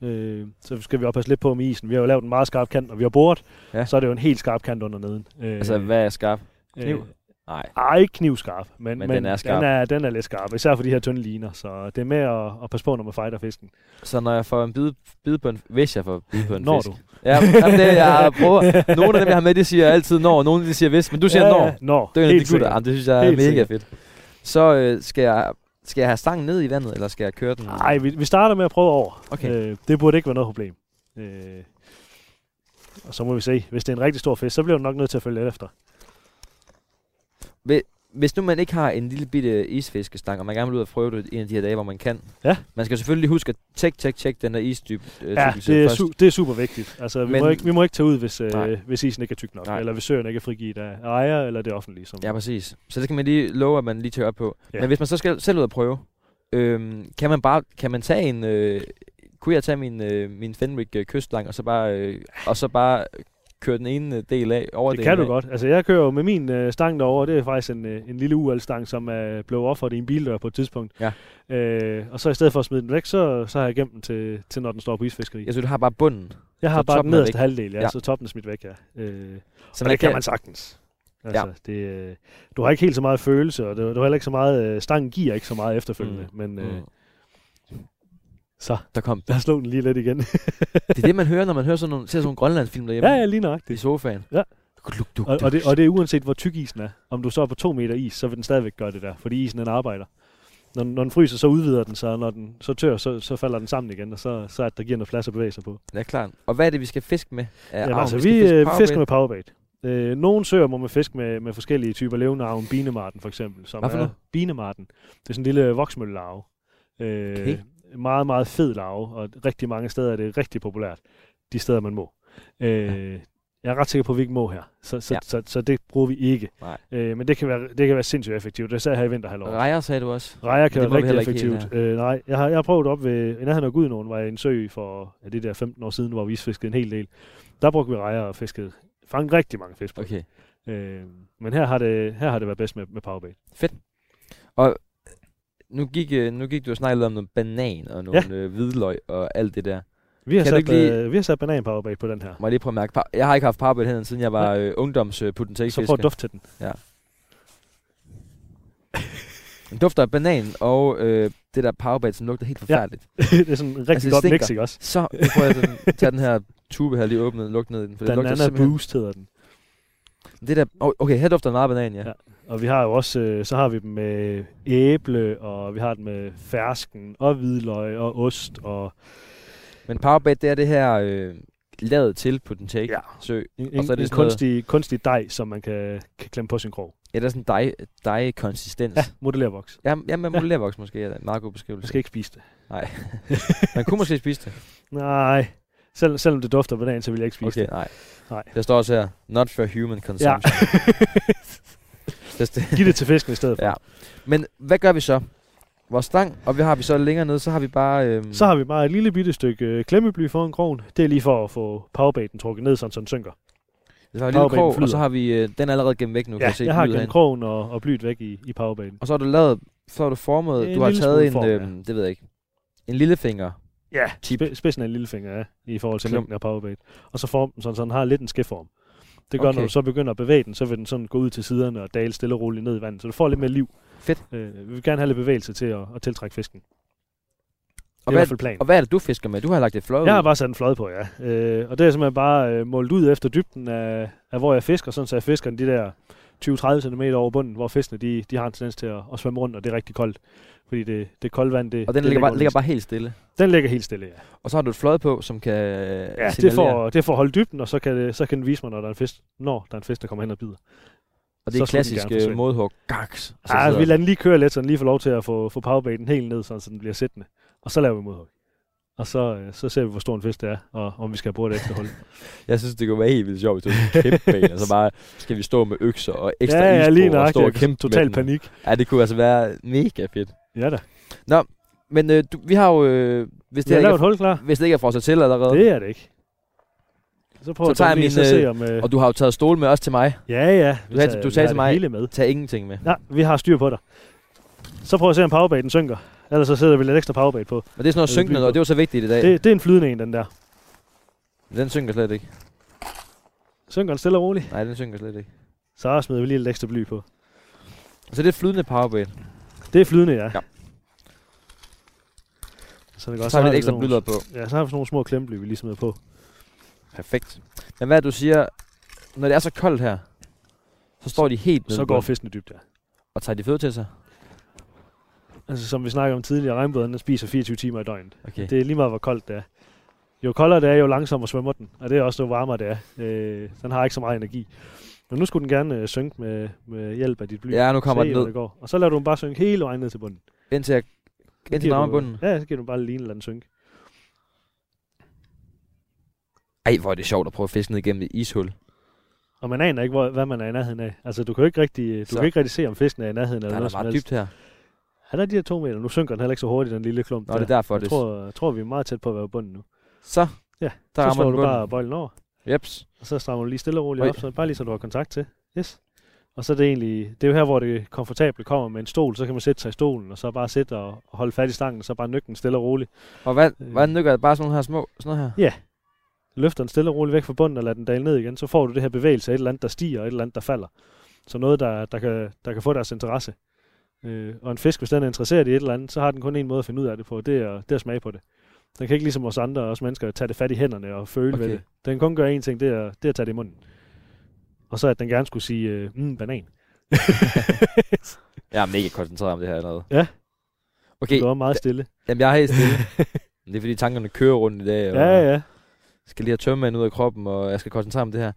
Speaker 2: Øh, så skal vi også passe lidt på med isen. Vi har jo lavet en meget skarp kant, og vi har boret.
Speaker 1: Ja.
Speaker 2: Ja. Så er det jo en helt skarp kant under neden. Øh,
Speaker 1: Altså, hvad er skarp? kniv?
Speaker 2: Øh,
Speaker 1: Nej.
Speaker 2: ej, ikke knivskarp, men,
Speaker 1: Men den er skarp.
Speaker 2: Den, er, den er lidt skarp, især for de her tynde liner. Så det er med at, at passe på, når man fighter fisken.
Speaker 1: Så når jeg får en bid, bid på en... Hvis jeg får bid på en
Speaker 2: Når
Speaker 1: fisk.
Speaker 2: du.
Speaker 1: Ja, jamen, det, jeg prøver. Nogle af dem, jeg har med, de siger altid når. Nogle af de siger hvis, men du siger ja, når.
Speaker 2: når.
Speaker 1: Det er
Speaker 2: Helt
Speaker 1: de gutter.
Speaker 2: sikkert.
Speaker 1: Jamen, det synes jeg er
Speaker 2: Helt
Speaker 1: mega
Speaker 2: sikkert.
Speaker 1: fedt. Så øh, skal jeg... Skal jeg have stangen ned i vandet, eller skal jeg køre den?
Speaker 2: Nej, Mm. vi, vi starter med at prøve over.
Speaker 1: Okay.
Speaker 2: Øh, det burde ikke være noget problem. Øh, og så må vi se. Hvis det er en rigtig stor fisk, så bliver du nok nødt til at følge lidt efter.
Speaker 1: Hvis nu man ikke har en lille bitte isfiskestang, og man gerne vil ud og prøve det en af de her dage, hvor man kan.
Speaker 2: Ja.
Speaker 1: Man skal selvfølgelig huske at tjek, tjek, tjek den der isdyb. Øh,
Speaker 2: Ja,
Speaker 1: tykkelse
Speaker 2: det er,
Speaker 1: først.
Speaker 2: su- det er super vigtigt. Altså, vi,
Speaker 1: Men-
Speaker 2: må ikke, vi må ikke tage ud, hvis,
Speaker 1: Nej.
Speaker 2: øh, hvis isen ikke er tyk nok,
Speaker 1: Nej.
Speaker 2: Nej. eller hvis søerne ikke er frigivet af ejer eller det offentlige. Som,
Speaker 1: Ja, præcis. Så det skal man lige love, at man lige tør op på. Ja.
Speaker 2: Ja.
Speaker 1: Men hvis man så skal selv ud og prøve, øhm, kan man bare kan man tage en øh, kunne jeg tage min øh, min Fenrik øh, kystlang og så bare øh, og så bare køre den ene øh, del af over
Speaker 2: det
Speaker 1: delen
Speaker 2: kan du
Speaker 1: af?
Speaker 2: godt. Altså, jeg kører jo med min øh, stang derovre. Det er faktisk en, øh, en lille UL-stang, som er blevet offeret i en bildør på et tidspunkt.
Speaker 1: Ja.
Speaker 2: Øh, og så i stedet for at smide den væk, så, så har jeg gemt den til, til når den står på isfiskeri.
Speaker 1: Jeg synes, du har bare bunden.
Speaker 2: Jeg har
Speaker 1: Så
Speaker 2: bare den
Speaker 1: toppen er
Speaker 2: nederste
Speaker 1: væk.
Speaker 2: halvdel, ja,
Speaker 1: Ja.
Speaker 2: ja, så toppen er smidt væk, ja. Øh,
Speaker 1: Så
Speaker 2: og det kan man sagtens. Altså, ja.
Speaker 1: Ja.
Speaker 2: det, øh, du har ikke helt så meget følelse, og du, du har heller ikke så meget... Øh, stangen giver ikke så meget efterfølgende,
Speaker 1: Mm.
Speaker 2: mm. men øh,
Speaker 1: Mm.
Speaker 2: så
Speaker 1: Der kom.
Speaker 2: lad os slå den lige lidt igen.
Speaker 1: Det er det, man hører, når man hører sådan nogle, ser sådan nogle grønlandsfilm derhjemme.
Speaker 2: ja, ja, lige nok.
Speaker 1: I sofaen.
Speaker 2: Ja.
Speaker 1: Gluk, gluk,
Speaker 2: Og,
Speaker 1: gluk.
Speaker 2: og, det, og det er uanset, hvor tyk isen er. Om du så er på 2 meter is, så vil den stadigvæk gøre det der, fordi isen den arbejder. Når, den- når den fryser, så udvider den sig, og når den så tør, så, så falder den sammen igen, og så, så er der giver noget plads at bevæge sig på.
Speaker 1: Ja, klart. Og hvad er det, vi skal fiske med? Er
Speaker 2: Ja,
Speaker 1: arven,
Speaker 2: Jamen, altså,
Speaker 1: skal
Speaker 2: vi øh,
Speaker 1: fiske powerbait?
Speaker 2: fisker med powerbait. Øh, nogle søer må man fiske med, med forskellige typer levende arven, binemarten for eksempel. Som
Speaker 1: Hvad for
Speaker 2: er
Speaker 1: noget?
Speaker 2: Binemarten. Det er sådan en lille voksmøllelarve. Øh,
Speaker 1: Okay.
Speaker 2: Meget, meget fed larve, og rigtig mange steder er det rigtig populært. De steder, man må. Øh, Jeg er ret sikker på, at vi ikke må her, så, så,
Speaker 1: Ja.
Speaker 2: ja. så, så, så det bruger vi ikke.
Speaker 1: Nej.
Speaker 2: Øh, men det kan, være, det kan være sindssygt effektivt. Det er især her i vinterhalvåret.
Speaker 1: Rejer, sagde du også.
Speaker 2: Rejer kan
Speaker 1: Det må
Speaker 2: være
Speaker 1: vi
Speaker 2: rigtig
Speaker 1: heller ikke
Speaker 2: effektivt. Øh, nej, jeg har, jeg har prøvet op ved, i nærheden af Gudnåen, var jeg i en sø for ja, det der 15 år siden, hvor vi fiskede en hel del. Der brugte vi rejer og fiskede fangede rigtig mange fisk på.
Speaker 1: Okay.
Speaker 2: Okay. Øh, men her har, det, her har det været bedst med, med powerbait.
Speaker 1: Nu gik, øh, nu gik du og snakkede om noget banan og nogle ja. øh, hvidløg og alt det der.
Speaker 2: Vi har,
Speaker 1: Kan du
Speaker 2: sat,
Speaker 1: ikke lige-
Speaker 2: lige... øh, vi har sat banan powerbait på den her.
Speaker 1: Må jeg lige prøve at mærke. par- Jeg har ikke haft parabel hænderne, siden jeg var øh, ungdoms øh,
Speaker 2: Så får
Speaker 1: potentialfisker.
Speaker 2: duft til den.
Speaker 1: Den dufter af banan, og øh, det der powerbait, som lugter helt forfærdeligt. Ja.
Speaker 2: det er sådan en rigtig
Speaker 1: Altså,
Speaker 2: altså,
Speaker 1: det
Speaker 2: godt mix,
Speaker 1: stinker.
Speaker 2: ikke også?
Speaker 1: Så nu prøver jeg at tage den her tube her lige åbnet og lukke ned i den, for det lugter
Speaker 2: Banana
Speaker 1: simpelthen...
Speaker 2: Boost hedder den.
Speaker 1: Det der, oh, okay, her dufter den meget af banan, ja. ja.
Speaker 2: Ja. Og vi har jo også, øh, så har vi dem med æble, og vi har den med fersken, og hvidløg, og ost, og
Speaker 1: Men powerbait, det er det her øh, lavet til på den take. Ja.
Speaker 2: Ja.
Speaker 1: Sø.
Speaker 2: en,
Speaker 1: Og
Speaker 2: en,
Speaker 1: så er det
Speaker 2: en
Speaker 1: sådan noget-
Speaker 2: kunstig, kunstig dej, som man kan, kan klemme på sin krog.
Speaker 1: Ja, der er sådan en dej, dej-konsistens.
Speaker 2: Ja,
Speaker 1: Ja.
Speaker 2: modellervoks.
Speaker 1: Ja, ja, man modellervoks måske er en meget god
Speaker 2: Du
Speaker 1: beskrivelse.
Speaker 2: skal ikke spise det.
Speaker 1: Man kunne måske spise det.
Speaker 2: Nej. Selv, selvom det dufter af banan, så vil jeg ikke spise
Speaker 1: Okay,
Speaker 2: okay.
Speaker 1: nej.
Speaker 2: Nej.
Speaker 1: Der står også her, not for human
Speaker 2: Ja.
Speaker 1: consumption. Ja. det,
Speaker 2: det. Giv det til fisken i stedet for.
Speaker 1: Ja. Men hvad gør vi så? Vores stang, og vi har vi så længere nede, så har vi bare... Øhm,
Speaker 2: Så har vi bare et lille bitte stykke øh, klemmebly foran krogen. Det er lige for at få powerbaiten trukket ned, sådan, så den synker.
Speaker 1: vi har en lille
Speaker 2: powerbaiten
Speaker 1: krog, og
Speaker 2: flyder.
Speaker 1: så har vi... Øh, den er allerede gennem væk nu, kan
Speaker 2: ja,
Speaker 1: jeg se.
Speaker 2: jeg har
Speaker 1: lyder
Speaker 2: gennem
Speaker 1: herinde.
Speaker 2: krogen og, og blyet væk i, i powerbaiten.
Speaker 1: Og så har du lavet... Så har du formet...
Speaker 2: En
Speaker 1: du har
Speaker 2: lille
Speaker 1: taget
Speaker 2: smule
Speaker 1: en...
Speaker 2: form, ja.
Speaker 1: øhm, Det ved jeg ikke. En lillefinger.
Speaker 2: Ja,
Speaker 1: Tip.
Speaker 2: sp- spidsen af en lillefinger, ja, i forhold til
Speaker 1: Klem.
Speaker 2: længden af powerbait. Og så form den sådan, så den har lidt en skæform. Det gør, okay.
Speaker 1: Okay.
Speaker 2: når du så begynder at bevæge den, så vil den sådan gå ud til siderne og dale stille og roligt ned i vandet, så du får lidt mere liv.
Speaker 1: Fedt.
Speaker 2: Øh, vi vil gerne have lidt bevægelse til at, at tiltrække fisken. Det er i
Speaker 1: Og hvad,
Speaker 2: hvert fald planen.
Speaker 1: og hvad er det, du fisker med? Du har lagt et flot
Speaker 2: Jeg har bare sat en flod på, ja. Øh, og det er simpelthen bare øh, målt ud efter dybden af, af, hvor jeg fisker, sådan så jeg fisker den de der 20-30 cm over bunden, hvor fiskene de, de har en tendens til at, at svømme rundt, og det er rigtig koldt. Fordi det, det kolde vand, det,
Speaker 1: Og den
Speaker 2: det
Speaker 1: ligger bare,
Speaker 2: under
Speaker 1: ligger
Speaker 2: isen.
Speaker 1: bare helt stille.
Speaker 2: den ligger helt stille, ja.
Speaker 1: Og så har du et fløde på, som kan øh,
Speaker 2: ja
Speaker 1: ja,
Speaker 2: det, er for, det er for at holde dybden, og så kan, det, så kan den vise mig, når der er en fisk, når der er en fisk, der kommer hen og bider.
Speaker 1: Og
Speaker 2: Så
Speaker 1: det
Speaker 2: skulle den
Speaker 1: er klassisk øh,
Speaker 2: gerne forsvinde.
Speaker 1: modhug. Gaks. Og så
Speaker 2: Ej,
Speaker 1: sidder-
Speaker 2: vi lader den lige køre lidt, så den lige får lov til at få, få powerbaiten helt ned, sådan, så den bliver siddende. Og så laver vi modhug. Og så, øh, så ser vi, hvor stor en fisk det er, og om vi skal have brugt et ekstra hul.
Speaker 1: Jeg synes, det kunne være helt vildt sjovt, hvis det var sådan en kæmpe bane, og så bare skal vi stå med økser og ekstra
Speaker 2: ja, ja,
Speaker 1: isbord
Speaker 2: lige
Speaker 1: og stå og
Speaker 2: nøjagtigt.
Speaker 1: kæmpe
Speaker 2: Total
Speaker 1: med den.
Speaker 2: panik.
Speaker 1: Ja, det kunne altså være mega fedt.
Speaker 2: Ja da.
Speaker 1: Men øh, du, vi har jo, øh, hvis,
Speaker 2: Vi
Speaker 1: det
Speaker 2: har
Speaker 1: her
Speaker 2: lavet
Speaker 1: ikke
Speaker 2: et hul klar.
Speaker 1: er, hvis det ikke er frosset til allerede,
Speaker 2: Det er det ikke. Så prøver
Speaker 1: Så tager
Speaker 2: jeg lige
Speaker 1: jeg
Speaker 2: så
Speaker 1: min,
Speaker 2: se om... Øh,
Speaker 1: og du har jo taget stole med også til mig,
Speaker 2: ja, ja. vi
Speaker 1: du sagde-
Speaker 2: tager-
Speaker 1: du
Speaker 2: vi
Speaker 1: sagde
Speaker 2: har det
Speaker 1: til mig-
Speaker 2: Hele med.
Speaker 1: tag ingenting med.
Speaker 2: Ja, vi har styr på dig. Så prøver jeg at se, om powerbaiten synker. Ellers så sætter vi lidt ekstra powerbait på.
Speaker 1: Men det er sådan noget
Speaker 2: det
Speaker 1: synkende,
Speaker 2: bygger.
Speaker 1: noget, det var så vigtigt i dag.
Speaker 2: Det, det er en flydende en, den der.
Speaker 1: Den synker slet ikke.
Speaker 2: Synker den stille og roligt.
Speaker 1: Nej, den synker slet ikke.
Speaker 2: Så smider vi lige lidt ekstra bly på.
Speaker 1: Så det er flydende powerbait.
Speaker 2: Det er flydende, ja.
Speaker 1: Ja.
Speaker 2: Så er det
Speaker 1: Så
Speaker 2: godt.
Speaker 1: tager vi
Speaker 2: har
Speaker 1: lidt ekstra
Speaker 2: nogle-
Speaker 1: blylder på.
Speaker 2: Ja, så har vi sådan nogle små klemmebly, vi lige smider på.
Speaker 1: Perfekt. Men hvad er det, du siger, når det er så koldt her, så står de helt nede
Speaker 2: Så
Speaker 1: i
Speaker 2: går
Speaker 1: bunden
Speaker 2: fiskene dybt, ja.
Speaker 1: og tager de føde til sig.
Speaker 2: Altså, som vi snakkede om tidligere, regnbåden den spiser 24 timer i døgnet.
Speaker 1: Okay.
Speaker 2: Det er lige meget, hvor koldt det er. Jo koldere det er, jo langsommere svømmer den. Og det er også, jo varmere det er. Øh, den har ikke så meget energi. Men nu skulle den gerne øh, synke med, med hjælp af dit bly.
Speaker 1: Ja, nu kommer
Speaker 2: Se,
Speaker 1: den
Speaker 2: hvor
Speaker 1: ned,
Speaker 2: det går. Og så lader du den bare synke hele vejen ned til bunden. Så
Speaker 1: indtil jeg indtil den
Speaker 2: giver
Speaker 1: rammer
Speaker 2: du-
Speaker 1: bunden.
Speaker 2: Ja, så giver du den bare lige en eller anden synke.
Speaker 1: Ej, hvor er det sjovt at prøve at fiske ned igennem et ishul.
Speaker 2: Og man aner ikke, hvor, hvad man er i nærheden af. Altså, du kan jo ikke rigtig, du
Speaker 1: Så.
Speaker 2: kan ikke rigtig se, om fisken er i nærheden
Speaker 1: Der
Speaker 2: eller
Speaker 1: er
Speaker 2: noget
Speaker 1: da
Speaker 2: som
Speaker 1: meget
Speaker 2: helst.
Speaker 1: dybt her.
Speaker 2: Han er de her to meter. Nu synker den heller ikke så hurtigt, den lille klump.
Speaker 1: Nå,
Speaker 2: der.
Speaker 1: det er derfor,
Speaker 2: jeg
Speaker 1: det...
Speaker 2: tror, jeg tror, vi er meget tæt på at være på bunden nu.
Speaker 1: Så,
Speaker 2: Ja, så
Speaker 1: der rammer
Speaker 2: slår
Speaker 1: den
Speaker 2: du
Speaker 1: bunden.
Speaker 2: bare bøjlen over,
Speaker 1: Jeps.
Speaker 2: og så strammer du lige stille og roligt
Speaker 1: Oj.
Speaker 2: op, så bare lige så du har kontakt til. Yes. Og så er det egentlig, det er jo her, hvor det komfortable kommer med en stol, så kan man sætte sig i stolen, og så bare sætte og og holde fat i stangen, og så bare nykke den stille og roligt.
Speaker 1: Og hvad,
Speaker 2: Øh.
Speaker 1: hvordan nykker det? Bare sådan nogle her små, sådan noget her?
Speaker 2: Løfter den stille og roligt væk fra bunden og lader den dale ned igen, så får du det her bevægelse af et eller andet, der stiger og et eller andet, der falder. Så noget, der, der, kan, der kan få deres interesse. Øh, og en fisk, hvis den er interesseret i et eller andet, så har den kun en måde at finde ud af det på, og det er, det er at smage på det. Den kan ikke ligesom os andre, os mennesker, tage det fat i hænderne og føle okay. ved
Speaker 1: Okay.
Speaker 2: det. Den kan kun gøre én ting, det er, det er at tage det i munden. Og så at den gerne skulle sige, øh, mm, banan.
Speaker 1: Jeg er mega koncentreret om det her allerede.
Speaker 2: Ja.
Speaker 1: Okay,
Speaker 2: Det var meget stille.
Speaker 1: jamen jeg er helt stille. det er fordi tankerne kører rundt i dag, og
Speaker 2: Ja, ja.
Speaker 1: skal lige have tømmermanden ud af kroppen, og jeg skal koncentrere mig om det her.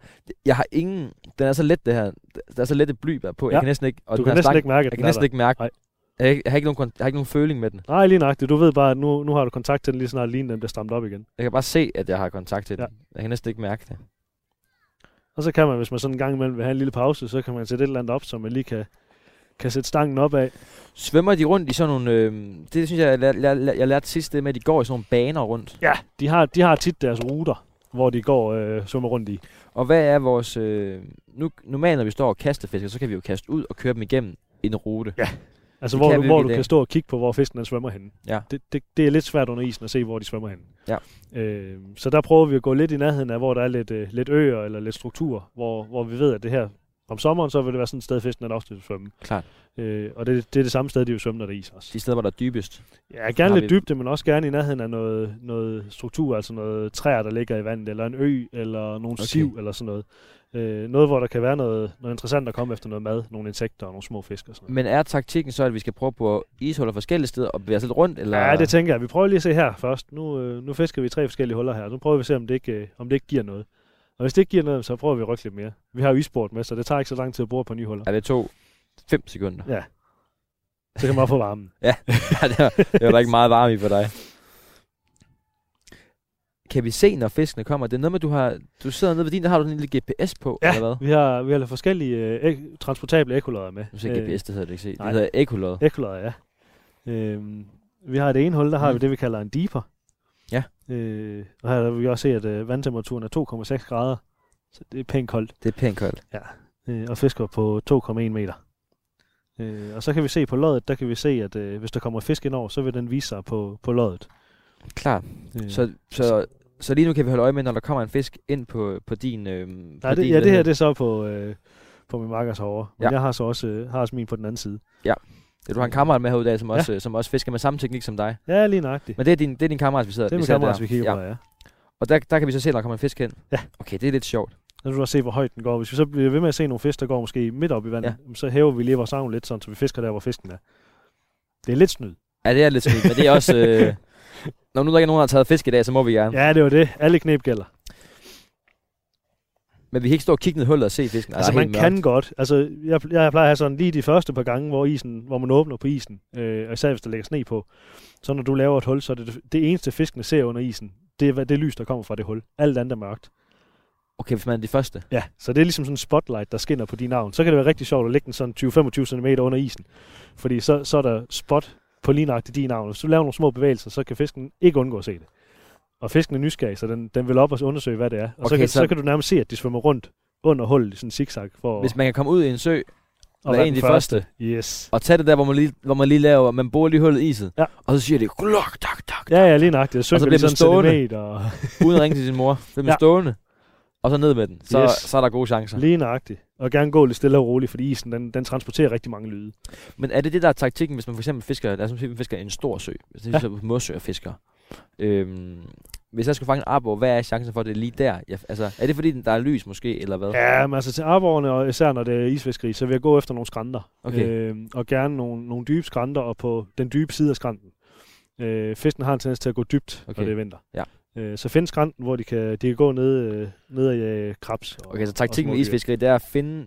Speaker 1: Jeg har ingen... Den er så let, det her. Der er så let et bly der er på.
Speaker 2: Ja.
Speaker 1: Jeg kan næsten ikke...
Speaker 2: Du
Speaker 1: Og den
Speaker 2: kan
Speaker 1: her
Speaker 2: næsten
Speaker 1: stang-
Speaker 2: ikke mærke, at
Speaker 1: Jeg
Speaker 2: den
Speaker 1: kan
Speaker 2: er
Speaker 1: næsten
Speaker 2: der.
Speaker 1: ikke mærke.
Speaker 2: Nej.
Speaker 1: Jeg, har ikke- jeg, har ikke nogen, kon- jeg har ikke nogen føling med den.
Speaker 2: Nej, lige nøjagtigt. Du ved bare, at nu, nu har du kontakt til den lige snart, lige den bliver stramt op igen.
Speaker 1: Jeg kan bare se, at jeg har kontakt til
Speaker 2: Ja.
Speaker 1: den. Jeg kan næsten ikke mærke det.
Speaker 2: Og så kan man, hvis man sådan en gang imellem vil have en lille pause, så kan man sætte et eller andet op, så man lige kan, kan sætte stangen op af.
Speaker 1: Svømmer de rundt i sådan nogle... Øh, det synes jeg, jeg, lær, lær, lær- jeg lærte sidst, det med, at de går i sådan nogle baner rundt.
Speaker 2: Ja, de har, de har tit deres ruter, hvor de går øh, svømmer rundt i.
Speaker 1: Og hvad er vores... Øh, nu, normalt, når vi står og kastefisker, så kan vi jo kaste ud og køre dem igennem en rute. Ja.
Speaker 2: Altså,
Speaker 1: Det
Speaker 2: hvor,
Speaker 1: kan
Speaker 2: du,
Speaker 1: vi
Speaker 2: hvor
Speaker 1: i
Speaker 2: du
Speaker 1: dag.
Speaker 2: kan stå og kigge på, hvor fisken den svømmer henne.
Speaker 1: Ja.
Speaker 2: Det, det, det er lidt svært under isen at se, hvor de svømmer henne.
Speaker 1: Ja.
Speaker 2: Øh, så der prøver vi at gå lidt i nærheden af, hvor der er lidt, øh, lidt øer eller lidt struktur, hvor, hvor vi ved, at det her om sommeren, så vil det være sådan et sted, fisken er ofte vil svømme.
Speaker 1: Klart.
Speaker 2: Øh, og det, det er det samme sted, de vil svømme, når der er is også.
Speaker 1: De steder, hvor der er dybest.
Speaker 2: Ja,
Speaker 1: Har
Speaker 2: gerne lidt
Speaker 1: vi-
Speaker 2: dybde, men også gerne i nærheden af noget, noget struktur, altså noget træer, der ligger i vandet, eller en ø, eller nogle
Speaker 1: Okay.
Speaker 2: okay. siv, eller sådan noget. Øh, noget, hvor der kan være noget, noget interessant at komme efter noget mad, nogle insekter og nogle små fisk og sådan noget.
Speaker 1: Men er taktikken så, at vi skal prøve på ishuller forskellige steder og bevæge os lidt rundt? Eller?
Speaker 2: Ja, det tænker jeg. Vi prøver lige at se her først. Nu, øh, nu fisker vi tre forskellige huller her. Nu prøver vi at se, om det ikke, øh, om det ikke giver noget. Og hvis det ikke giver noget, så prøver vi at rykke lidt mere. Vi har jo isbord med, så det tager ikke så lang tid at bruge på nye huller.
Speaker 1: Ja, det tog 5 sekunder.
Speaker 2: Så kan man også få varmen.
Speaker 1: Ja, det var, det var der ikke meget varme i for dig. Kan vi se, når fiskene kommer? Det er noget med, du har... Du sidder nede ved din, der har du sådan en lille GPS på,
Speaker 2: Ja.
Speaker 1: eller hvad?
Speaker 2: Vi har, vi har lidt forskellige øh, ek- transportable ekolodder med. Øh,
Speaker 1: Nu siger jeg GPS, det hedder det ikke se. Det
Speaker 2: nej.
Speaker 1: hedder ekolod.
Speaker 2: Øh, ekolodder, ja. Øhm, vi har det ene hul, der har
Speaker 1: Mm.
Speaker 2: vi det, vi kalder en deeper.
Speaker 1: Ja.
Speaker 2: Øh, og her vil vi også se, at øh, vandtemperaturen er 2,6 grader. Så det er pænt koldt.
Speaker 1: Det er pænt koldt.
Speaker 2: øh, og fisker på 2,1 meter. Øh, og så kan vi se på loddet, der kan vi se, at øh, hvis der kommer fisk ind over, så vil den vise sig på, på loddet.
Speaker 1: Klart.
Speaker 2: Øh,
Speaker 1: Så, så, så lige nu kan vi holde øje med, når der kommer en fisk ind på, på din... Øhm,
Speaker 2: Nej,
Speaker 1: på
Speaker 2: det,
Speaker 1: din,
Speaker 2: ja,
Speaker 1: hvad
Speaker 2: det her
Speaker 1: hedder
Speaker 2: det er så på, øh, på min makkers herovre. Men
Speaker 1: Ja.
Speaker 2: ja. jeg har så også, øh, har også min på den anden side.
Speaker 1: det. Du har en kammerat med herude i dag, som,
Speaker 2: Ja.
Speaker 1: også, øh, som også fisker med samme teknik som dig.
Speaker 2: Ja, lige nøjagtigt.
Speaker 1: Men det er din, det er din kammerat, vi sidder,
Speaker 2: Det er
Speaker 1: vi
Speaker 2: min
Speaker 1: sidder
Speaker 2: kammerat,
Speaker 1: der.
Speaker 2: vi kigger på, ja.
Speaker 1: Og der, der kan vi så se, når der kommer en fisk hen.
Speaker 2: Ja.
Speaker 1: Okay, det er lidt sjovt.
Speaker 2: Så kan du også se, hvor højt den går. Hvis vi så bliver ved med at se nogle fisk, der går måske midt op i vandet, ja. så hæver vi lige vores savn lidt, sådan, så vi fisker der, hvor fisken er. Det er lidt snyd.
Speaker 1: Ja, det er lidt skidt, men det er også... Øh, når nu der ikke er nogen, der har taget fisk i dag, så må vi gerne.
Speaker 2: Ja, det var det. Alle knep gælder.
Speaker 1: Men vi kan ikke stå og kigge ned i hullet og se fisken.
Speaker 2: Altså,
Speaker 1: der er
Speaker 2: man
Speaker 1: helt
Speaker 2: kan
Speaker 1: mørkt.
Speaker 2: godt. Altså, jeg, jeg plejer at have sådan lige de første par gange, hvor, isen, hvor man åbner på isen, øh, og især hvis der ligger sne på. Så når du laver et hul, så er det det eneste, fiskene ser under isen, det er hvad- det lys, der kommer fra det hul. Alt andet er mørkt.
Speaker 1: Okay, hvis man er de første.
Speaker 2: Ja, så det er ligesom sådan en spotlight, der skinner på dine navn. Så kan det være rigtig sjovt at lægge den sådan 20-25 cm under isen. Fordi så, så er der spot på lige nøjagtigt dine navn. Hvis du laver nogle små bevægelser, så kan fisken ikke undgå at se det. Og fisken er nysgerrig, så den, den vil op og undersøge, hvad det er. Og okay, så,
Speaker 1: Okay,
Speaker 2: kan, så...
Speaker 1: så-
Speaker 2: så kan du nærmest se, at de svømmer rundt under hullet i sådan en zigzag for
Speaker 1: Hvis man kan komme ud i en sø,
Speaker 2: at,
Speaker 1: være en af de første,
Speaker 2: Yes.
Speaker 1: og tage det der, hvor man lige, hvor man lige laver, man borer lige hullet i iset,
Speaker 2: Ja.
Speaker 1: og så siger det, glok, tak, tak,
Speaker 2: Ja, ja, lige nøjagtigt. Jeg
Speaker 1: Og så
Speaker 2: synker
Speaker 1: bliver
Speaker 2: lige sådan
Speaker 1: den stående.
Speaker 2: centimeter. Og...
Speaker 1: uden at ringe til sin mor. Det er man
Speaker 2: Ja.
Speaker 1: stående, og så ned med den. Så,
Speaker 2: Yes.
Speaker 1: yes. så er der gode chancer.
Speaker 2: Lige nøjagtigt. Og gerne gå lidt stille og roligt, fordi isen, den, den transporterer rigtig mange lyde.
Speaker 1: Men er det det, der er taktikken, hvis man for eksempel fisker, lad os nu sige, at man fisker en stor sø, hvis det
Speaker 2: Ja.
Speaker 1: er ja. morsø og fisker. Øhm, hvis jeg skal fange en arbor, hvad er chancen for, at det er lige der? Jeg, altså, er det fordi, den- der er lys måske, eller hvad?
Speaker 2: Ja, men altså til arborerne, og især når det er isfiskeri, så vil jeg gå efter nogle skrænter.
Speaker 1: Okay.
Speaker 2: Øhm, og gerne nogle, nogle dybe skrænter, og på den dybe side af skrænten. Øh, fisken har en tendens til at gå dybt, okay.
Speaker 1: Okay.
Speaker 2: når det er vinter.
Speaker 1: Ja.
Speaker 2: Øh, så find skrænten, hvor de kan, de kan gå ned, øh, ned ad øh, krabs. og-
Speaker 1: Okay, så
Speaker 2: og små
Speaker 1: taktikken i
Speaker 2: dyr.
Speaker 1: isfiskeri, det er at finde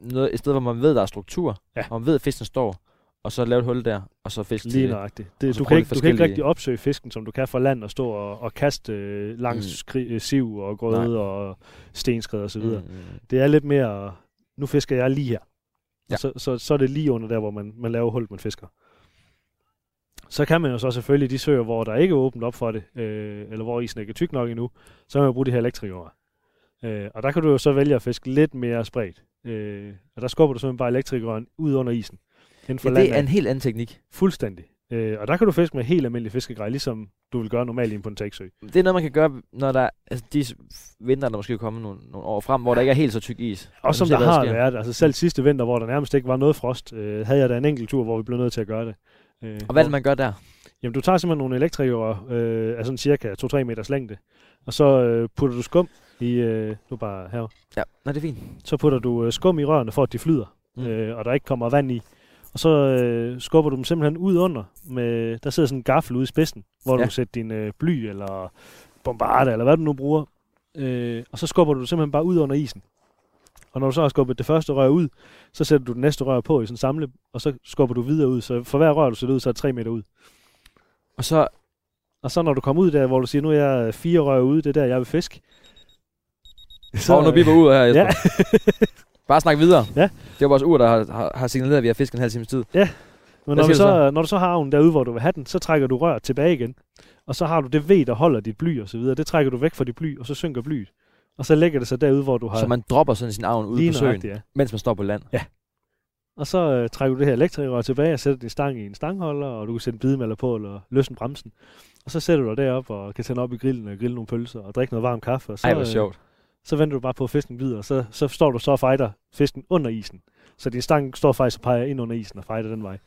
Speaker 1: noget, et sted, hvor man ved, der er struktur,
Speaker 2: Ja.
Speaker 1: og man ved, at fisken står, og så lave et hul der, og så fisk til
Speaker 2: Lige
Speaker 1: det.
Speaker 2: nøjagtigt.
Speaker 1: Og
Speaker 2: Det,
Speaker 1: så
Speaker 2: du,
Speaker 1: prøv
Speaker 2: kan
Speaker 1: lidt
Speaker 2: ikke, du kan ikke
Speaker 1: forskellige-
Speaker 2: rigtig opsøge fisken, som du kan fra land og stå og, og kaste øh, langs
Speaker 1: Mm.
Speaker 2: skri, øh, siv og grøde Nej. og stenskred og så videre. Mm.
Speaker 1: Mm, mm.
Speaker 2: Det er lidt mere, nu fisker jeg lige her. Ja.
Speaker 1: Ja.
Speaker 2: Og så, så, så er det lige under der, hvor man, man laver hul, man fisker. Så kan man jo så selvfølgelig i de søer, hvor der ikke er åbent op for det, øh, eller hvor isen ikke er tyk nok endnu, så kan man jo bruge de her elektrikere. Øh, og der kan du jo så vælge at fiske lidt mere spredt. Øh, og der skubber du simpelthen bare elektrikeren ud under isen. Inden for
Speaker 1: Ja,
Speaker 2: land
Speaker 1: det er en helt anden teknik.
Speaker 2: Fuldstændig. Øh, og der kan du fiske med helt almindelig fiskegrej, ligesom du vil gøre normalt i en Ponteksø.
Speaker 1: Det er noget, man kan gøre, når der altså de s- vinter, der måske er kommet nogle, nogle år frem, hvor der ikke er helt så tyk is.
Speaker 2: Og som
Speaker 1: se,
Speaker 2: der
Speaker 1: hvad der
Speaker 2: har
Speaker 1: sker.
Speaker 2: været, altså selv sidste vinter, hvor der nærmest ikke var noget frost, øh, havde jeg da en enkelt tur, hvor vi blev nødt til at gøre det. Øh,
Speaker 1: Og hvad er
Speaker 2: hvor-
Speaker 1: det, man gør der?
Speaker 2: Jamen, du tager simpelthen nogle elektrikere øh, af sådan cirka 2-3 meters længde, og så øh, putter du skum i, øh, nu bare her,
Speaker 1: Ja, nej, det er fint.
Speaker 2: så putter du øh, skum i rørene, for at de flyder,
Speaker 1: Mm.
Speaker 2: mm. øh, og der ikke kommer vand i. Og så øh, skubber du dem simpelthen ud under. Med, der sidder sådan en gaffel ude i spidsen, hvor ja.
Speaker 1: Ja.
Speaker 2: du sætter din øh, bly eller bombarde, eller hvad du nu bruger. Øh, og så skubber du det simpelthen bare ud under isen. Og når du så har skubbet det første rør ud, så sætter du det næste rør på i sådan en samle, og så skubber du videre ud. Så for hver rør, du sætter ud, så er det 3 meter ud.
Speaker 1: Og så,
Speaker 2: Og så når du kommer ud der, hvor du siger, nu er jeg øh, fire rør ude, det er der, jeg vil fiske.
Speaker 1: så nu bipper ud her, Jesper.
Speaker 2: Ja.
Speaker 1: Ja. Bare snak videre.
Speaker 2: Ja.
Speaker 1: Det var vores ur, der har, har, har signaleret, at vi har fisket en halv times tid.
Speaker 2: Men
Speaker 1: Hvad
Speaker 2: når du, så,
Speaker 1: siger du
Speaker 2: når du så har arven derude, hvor du vil have den, så trækker du røret tilbage igen. Og så har du det ved, der holder dit bly og så videre. Det trækker du væk fra dit bly, og så synker blyet. Og så lægger det sig derude, hvor du har
Speaker 1: Så man dropper sådan sin avn ude på søen,
Speaker 2: nøjagtigt, ja.
Speaker 1: mens man står på land.
Speaker 2: Og så øh, trækker du det her elektrikere tilbage og sætter din stang i en stangholder, og du kan sætte en bidemaler på eller løsne bremsen. Og så sætter du dig derop og kan tænde op i grillen og grille nogle pølser og drikke noget varm kaffe. Og så,
Speaker 1: Ej, hvor
Speaker 2: øh,
Speaker 1: sjovt.
Speaker 2: så venter du bare på, at fisken bider, og så, så står du så og fighter fisken under isen. Så din stang står faktisk og peger ind under isen og fighter den vej.